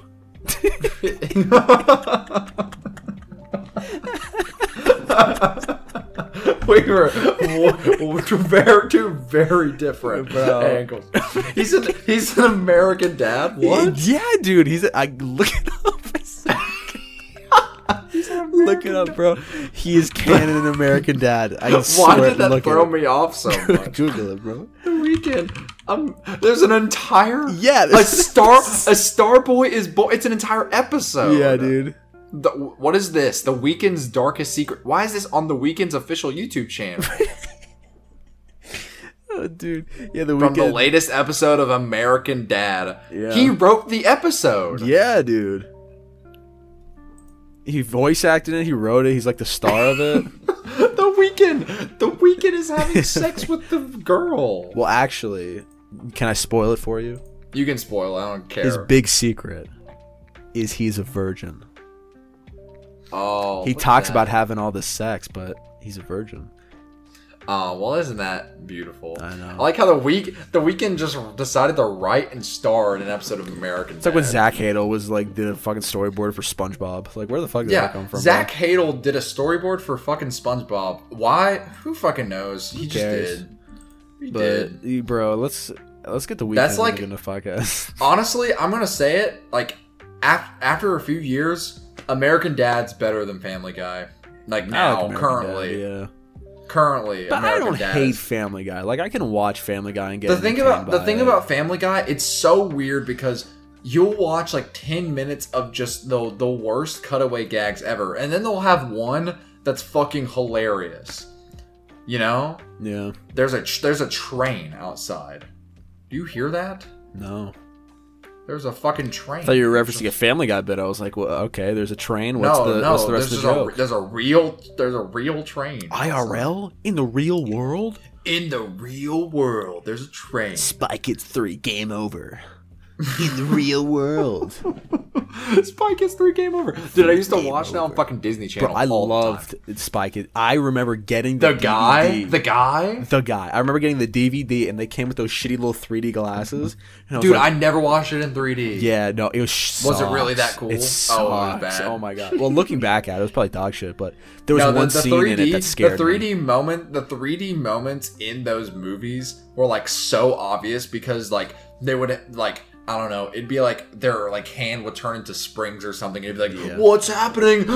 Speaker 2: we were we very two very different angles. He's an he's an American Dad. What?
Speaker 1: yeah, dude. He's. I look it up. look it up, bro. He is canon in American Dad. I
Speaker 2: Why
Speaker 1: swear.
Speaker 2: did that
Speaker 1: look
Speaker 2: throw
Speaker 1: it.
Speaker 2: me off so much?
Speaker 1: Google it, bro.
Speaker 2: the weekend. Um, there's an entire
Speaker 1: Yeah,
Speaker 2: a
Speaker 1: there's-
Speaker 2: star a star boy is boy. It's an entire episode.
Speaker 1: Yeah, dude.
Speaker 2: The, what is this? The weekend's darkest secret. Why is this on the weekend's official YouTube channel?
Speaker 1: Oh, dude. Yeah, the
Speaker 2: From
Speaker 1: weekend.
Speaker 2: the latest episode of American Dad.
Speaker 1: Yeah.
Speaker 2: He wrote the episode.
Speaker 1: yeah, dude. He voice acted it. He wrote it. He's like the star of it.
Speaker 2: The weekend. The weekend is having sex with the girl.
Speaker 1: well, actually, can I spoil it for you?
Speaker 2: You can spoil. I don't care.
Speaker 1: His big secret is he's a virgin.
Speaker 2: oh,
Speaker 1: He
Speaker 2: look at
Speaker 1: talks
Speaker 2: that.
Speaker 1: about having all this sex, but he's a virgin.
Speaker 2: Oh, well, isn't that beautiful?
Speaker 1: I know.
Speaker 2: I like how the week the weekend just decided to write and star in an episode of American.
Speaker 1: It's like when
Speaker 2: Dad.
Speaker 1: Zach Hadel was like the fucking storyboard for SpongeBob. Like, where the fuck did that
Speaker 2: Yeah,
Speaker 1: come from?
Speaker 2: Zach
Speaker 1: bro?
Speaker 2: Hadel did a storyboard for fucking SpongeBob. Why? Who fucking knows? He just
Speaker 1: cares?
Speaker 2: did. He
Speaker 1: But
Speaker 2: did.
Speaker 1: eh, bro, let's let's get the weekend.
Speaker 2: That's like-
Speaker 1: in the podcast.
Speaker 2: Honestly, I'm gonna say it. Like, af- after a few years, American Dad's better than Family Guy. Like
Speaker 1: I like
Speaker 2: now,
Speaker 1: American
Speaker 2: currently,
Speaker 1: Dad, yeah.
Speaker 2: currently,
Speaker 1: But
Speaker 2: American
Speaker 1: I don't
Speaker 2: Dad
Speaker 1: hate
Speaker 2: is-
Speaker 1: Family Guy. Like I can watch Family Guy and get
Speaker 2: the thing
Speaker 1: entertained
Speaker 2: about the
Speaker 1: by
Speaker 2: thing
Speaker 1: it.
Speaker 2: about Family Guy, it's so weird because you'll watch like ten minutes of just the the worst cutaway gags ever, and then they'll have one that's fucking hilarious. You know,
Speaker 1: yeah,
Speaker 2: there's a tr- there's a train outside. Do you hear that?
Speaker 1: no.
Speaker 2: There's a fucking train.
Speaker 1: I thought you were referencing a Family Guy bit. I was like, well, okay, there's a train. What's
Speaker 2: no,
Speaker 1: the
Speaker 2: no.
Speaker 1: what's the rest
Speaker 2: there's,
Speaker 1: of the
Speaker 2: just
Speaker 1: joke?
Speaker 2: A, there's a real there's a real train
Speaker 1: IRL in the real world.
Speaker 2: in the real world. There's a train.
Speaker 1: Spy Kids three, game over. In the real world,
Speaker 2: Spy Kids three game over. Dude, I used to watch that on fucking Disney Channel.
Speaker 1: bro. I
Speaker 2: all the time.
Speaker 1: loved Spy Kids. I remember getting the,
Speaker 2: the guy
Speaker 1: DVD.
Speaker 2: the guy
Speaker 1: the guy. I remember getting the DVD, and they came with those shitty little 3D glasses. And I was
Speaker 2: dude
Speaker 1: like,
Speaker 2: i never watched it in 3d
Speaker 1: Yeah, no, it was.
Speaker 2: Was it
Speaker 1: sucks.
Speaker 2: really that cool? Oh, it
Speaker 1: It
Speaker 2: was
Speaker 1: sucks. Oh,
Speaker 2: bad.
Speaker 1: my god. Well, looking back at it, it was probably dog shit, but there was
Speaker 2: No, the,
Speaker 1: one
Speaker 2: the
Speaker 1: scene
Speaker 2: 3D,
Speaker 1: in it that
Speaker 2: the
Speaker 1: scared
Speaker 2: 3D
Speaker 1: me.
Speaker 2: moment, the 3D moments in those movies were like so obvious because like they would like I don't know, it'd be like their like hand would turn into springs or something. It'd be like, "What's happening?"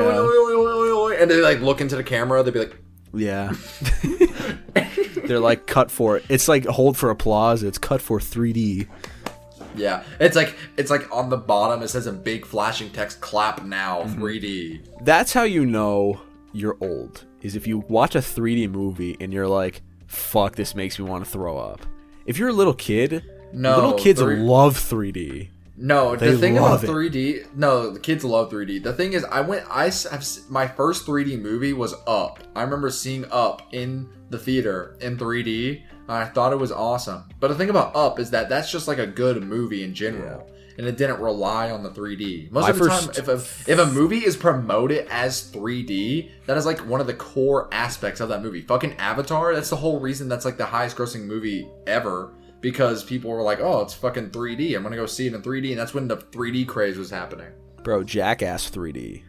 Speaker 2: And they like look into the camera. They'd be like,
Speaker 1: Yeah. They're like cut for It's like hold for applause. It's cut for 3D.
Speaker 2: "Yeah." It's like it's like on the bottom. It says in big flashing text, "Clap now,
Speaker 1: Mm-hmm.
Speaker 2: 3D."
Speaker 1: That's how you know you're old. Is if you watch a 3D movie and you're like, "Fuck, this makes me want to throw up." If you're a little kid,
Speaker 2: No,
Speaker 1: little kids
Speaker 2: three-
Speaker 1: love 3D.
Speaker 2: No,
Speaker 1: They
Speaker 2: the thing about
Speaker 1: love it.
Speaker 2: 3D, no, the kids love 3D. The thing is, I went, I s- have s- my first 3D movie was Up. I remember seeing Up in the theater in 3D, and I thought it was awesome. But the thing about Up is that that's just like a good movie in general, and it didn't rely on the 3D. Most
Speaker 1: My
Speaker 2: of the
Speaker 1: first-
Speaker 2: time, if a, if a movie is promoted as 3D, that is like one of the core aspects of that movie. Fucking Avatar, that's the whole reason that's like the highest grossing movie ever because people were like, "Oh, it's fucking 3D. I'm gonna go see it in 3D," and that's when the 3D craze was happening.
Speaker 1: Bro, Jackass 3D.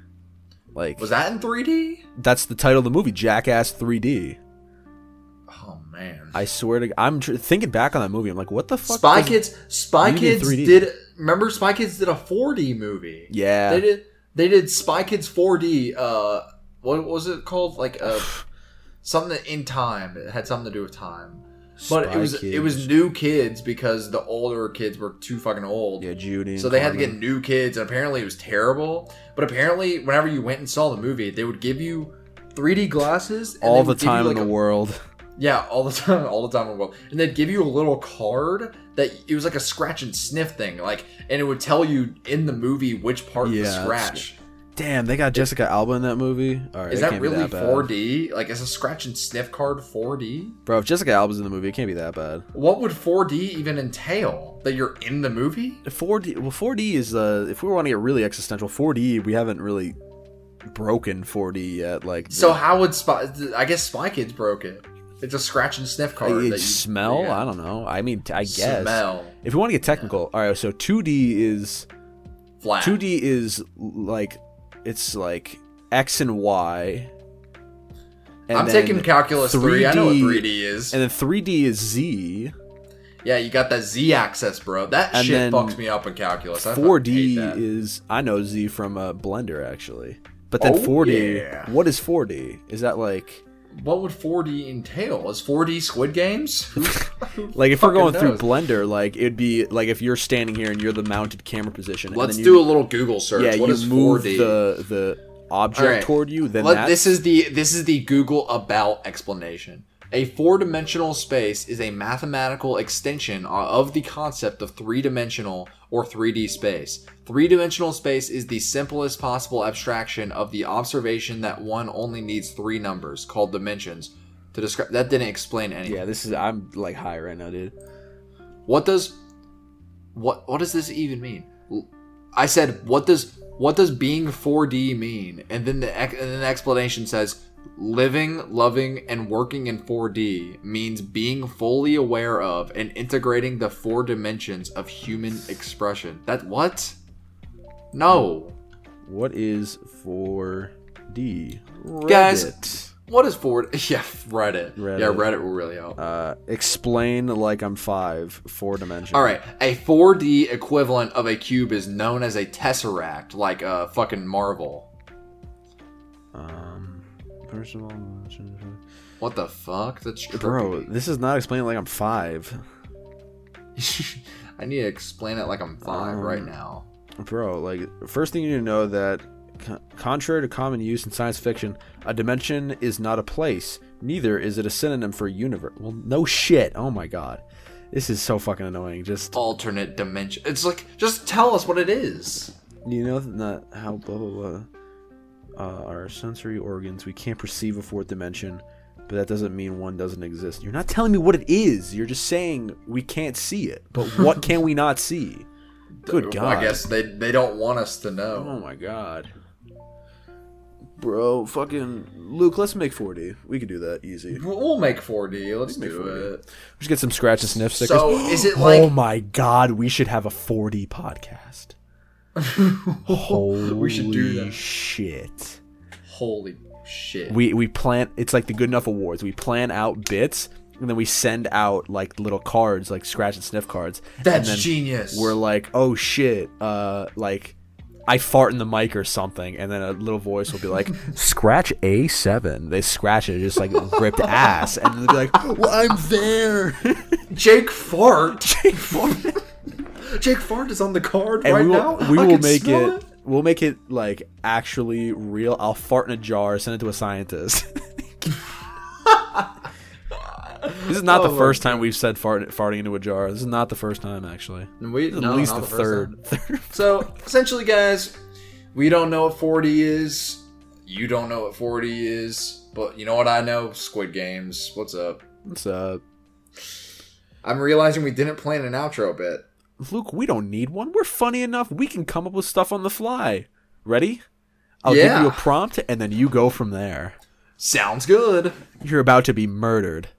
Speaker 1: Like
Speaker 2: Was that in 3D?
Speaker 1: that's the title of the movie, Jackass 3D.
Speaker 2: Oh man,
Speaker 1: I swear to I'm tr- thinking back on that movie. I'm like, what the fuck?
Speaker 2: Spy
Speaker 1: does-
Speaker 2: Kids. Spy
Speaker 1: you need
Speaker 2: Kids
Speaker 1: 3D.
Speaker 2: did. Remember, Spy Kids did a 4D movie.
Speaker 1: Yeah.
Speaker 2: they did. They did Spy Kids 4D. Uh, what was it called? Like uh, something in time. It had something to do with time. But
Speaker 1: Spy
Speaker 2: it was it was
Speaker 1: Kids.
Speaker 2: new kids because the older kids were too fucking old.
Speaker 1: Yeah, Judy. and
Speaker 2: So they had to get
Speaker 1: Carmen.
Speaker 2: new kids, and apparently it was terrible. But apparently, whenever you went and saw the movie, they would give you 3D glasses and
Speaker 1: all
Speaker 2: they
Speaker 1: the
Speaker 2: would give you,
Speaker 1: time
Speaker 2: like,
Speaker 1: in
Speaker 2: a-
Speaker 1: the world.
Speaker 2: Yeah, all the time, all the time in the world. And they'd give you a little card that it was like a scratch and sniff thing, like, and it would tell you in the movie which part
Speaker 1: Yeah,
Speaker 2: to
Speaker 1: that's-
Speaker 2: scratch.
Speaker 1: Damn, they got Jessica Alba in that movie. All right,
Speaker 2: Is
Speaker 1: it
Speaker 2: that
Speaker 1: can't be
Speaker 2: really
Speaker 1: bad.
Speaker 2: 4D? Like, is a scratch and sniff card 4D?
Speaker 1: Bro, if Jessica Alba's in the movie, it can't be that bad.
Speaker 2: What would 4D even entail? That you're in the movie?
Speaker 1: 4D. Well, 4D is uh, if we want to get really existential, 4D we haven't really broken 4D yet. Like,
Speaker 2: So
Speaker 1: the-
Speaker 2: how would Spy? I guess Spy Kids broke it. It's a scratch and sniff card.
Speaker 1: Like,
Speaker 2: that you-
Speaker 1: smell?
Speaker 2: yeah.
Speaker 1: I don't know. I mean, I guess.
Speaker 2: Smell.
Speaker 1: If you want to get technical, all right. So 2D is
Speaker 2: Flat.
Speaker 1: 2D is like it's like X and Y. and
Speaker 2: I'm
Speaker 1: then
Speaker 2: taking calculus three. I know what 3D is.
Speaker 1: And then 3D is Z.
Speaker 2: yeah, you got that Z axis, bro. That
Speaker 1: And
Speaker 2: shit
Speaker 1: then
Speaker 2: fucks me up in calculus. I fucking hate
Speaker 1: 4D
Speaker 2: that.
Speaker 1: is I know Z from uh, Blender actually. But then
Speaker 2: Oh,
Speaker 1: 4D,
Speaker 2: yeah.
Speaker 1: what is 4D? Is that like
Speaker 2: what would 4D entail? Is 4D Squid Games? Who-
Speaker 1: Like if we're
Speaker 2: fucking
Speaker 1: going through
Speaker 2: knows?
Speaker 1: Blender, like it'd be like if you're standing here and you're the mounted camera position.
Speaker 2: Let's
Speaker 1: and then you,
Speaker 2: do a little Google search.
Speaker 1: Yeah,
Speaker 2: What
Speaker 1: you
Speaker 2: is
Speaker 1: move
Speaker 2: 4D?
Speaker 1: the the object
Speaker 2: Alright.
Speaker 1: toward you. Then
Speaker 2: Let-
Speaker 1: that's,
Speaker 2: this is the this is the Google about explanation. A four-dimensional space is a mathematical extension o- of the concept of three-dimensional or 3D space. Three-dimensional space is the simplest possible abstraction of the observation that one only needs three numbers called dimensions to describe. That didn't explain anything.
Speaker 1: yeah. This is I'm like high right now, dude.
Speaker 2: What does what what does this even mean? L- I said what does what does being 4D mean? And then the ex- and then the explanation says living, loving and working in 4D means being fully aware of and integrating the four dimensions of human expression. That what? No.
Speaker 1: What is 4D?
Speaker 2: Guys.
Speaker 1: Reddit.
Speaker 2: What is 4D? Yeah, Reddit. Yeah,
Speaker 1: Reddit.
Speaker 2: Reddit will really help.
Speaker 1: Uh, explain like I'm five. Four dimension.
Speaker 2: All right, a 4D equivalent of a cube is known as a tesseract, like uh, fucking Marvel.
Speaker 1: Um, personal.
Speaker 2: What the fuck? That's trippy.
Speaker 1: Bro, this is not explaining like I'm five.
Speaker 2: I need to explain it like I'm five
Speaker 1: Um,
Speaker 2: right now.
Speaker 1: Bro, like first thing you need to know that c- contrary to common use in science fiction, a dimension is not a place. Neither is it a synonym for universe. Well, no shit. Oh my god. This is so fucking annoying. Just
Speaker 2: Alternate dimension. It's like, just tell us what it is.
Speaker 1: you know not how blah blah blah. Uh, our sensory organs, we can't perceive a fourth dimension, but that doesn't mean one doesn't exist. You're not telling me what it is. You're just saying we can't see it. But what can we not see? Good
Speaker 2: Well,
Speaker 1: god.
Speaker 2: I guess they they don't want us to know.
Speaker 1: Oh my god. Bro, fucking Luke, let's make 4D. We could do that easy. We
Speaker 2: We'll we'll make 4D. Let's
Speaker 1: make
Speaker 2: do
Speaker 1: 4D.
Speaker 2: it.
Speaker 1: should get some scratch and sniff stickers.
Speaker 2: So, is it
Speaker 1: Oh
Speaker 2: like-
Speaker 1: my god, we should have a 4D podcast. Holy
Speaker 2: We should do that.
Speaker 1: shit.
Speaker 2: Holy shit.
Speaker 1: We we plan it's like the good enough awards. We plan out bits and then we send out like little cards, like scratch and sniff cards. and
Speaker 2: That's
Speaker 1: then
Speaker 2: genius.
Speaker 1: We're like, oh shit, uh, like I fart in the mic or something, and then a little voice will be like, scratch A seven. They scratch it, just like ripped ass, and they'll be like, well, I'm there,
Speaker 2: Jake Fart. Jake Fart. Jake Fart is on the card
Speaker 1: and
Speaker 2: right
Speaker 1: we will
Speaker 2: now.
Speaker 1: we
Speaker 2: I
Speaker 1: will
Speaker 2: can
Speaker 1: make
Speaker 2: smell
Speaker 1: it, We'll make it like actually real. I'll fart in a jar, send it to a scientist. this is
Speaker 2: Oh,
Speaker 1: not the first time we've said fart, farting into a jar. This is not the first time, actually.
Speaker 2: We,
Speaker 1: This is
Speaker 2: no,
Speaker 1: at least
Speaker 2: not
Speaker 1: the,
Speaker 2: the first time.
Speaker 1: third. third.
Speaker 2: So essentially, guys, we don't know what 40 is. You don't know what 40 is, but you know what I know? Squid Games. What's up?
Speaker 1: What's up?
Speaker 2: I'm realizing we didn't plan an outro bit.
Speaker 1: Luke, we don't need one. We're funny enough. We can come up with stuff on the fly. Ready? I'll
Speaker 2: Yeah.
Speaker 1: give you a prompt and then you go from there.
Speaker 2: Sounds good.
Speaker 1: You're about to be murdered.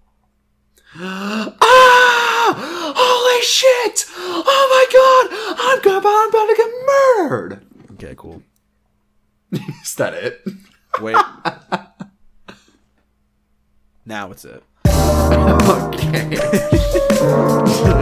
Speaker 2: Ah! Holy shit! Oh my god! I'm, go- I'm about to get murdered!
Speaker 1: Okay, cool.
Speaker 2: Is that it?
Speaker 1: Wait. now it's it.
Speaker 2: Okay.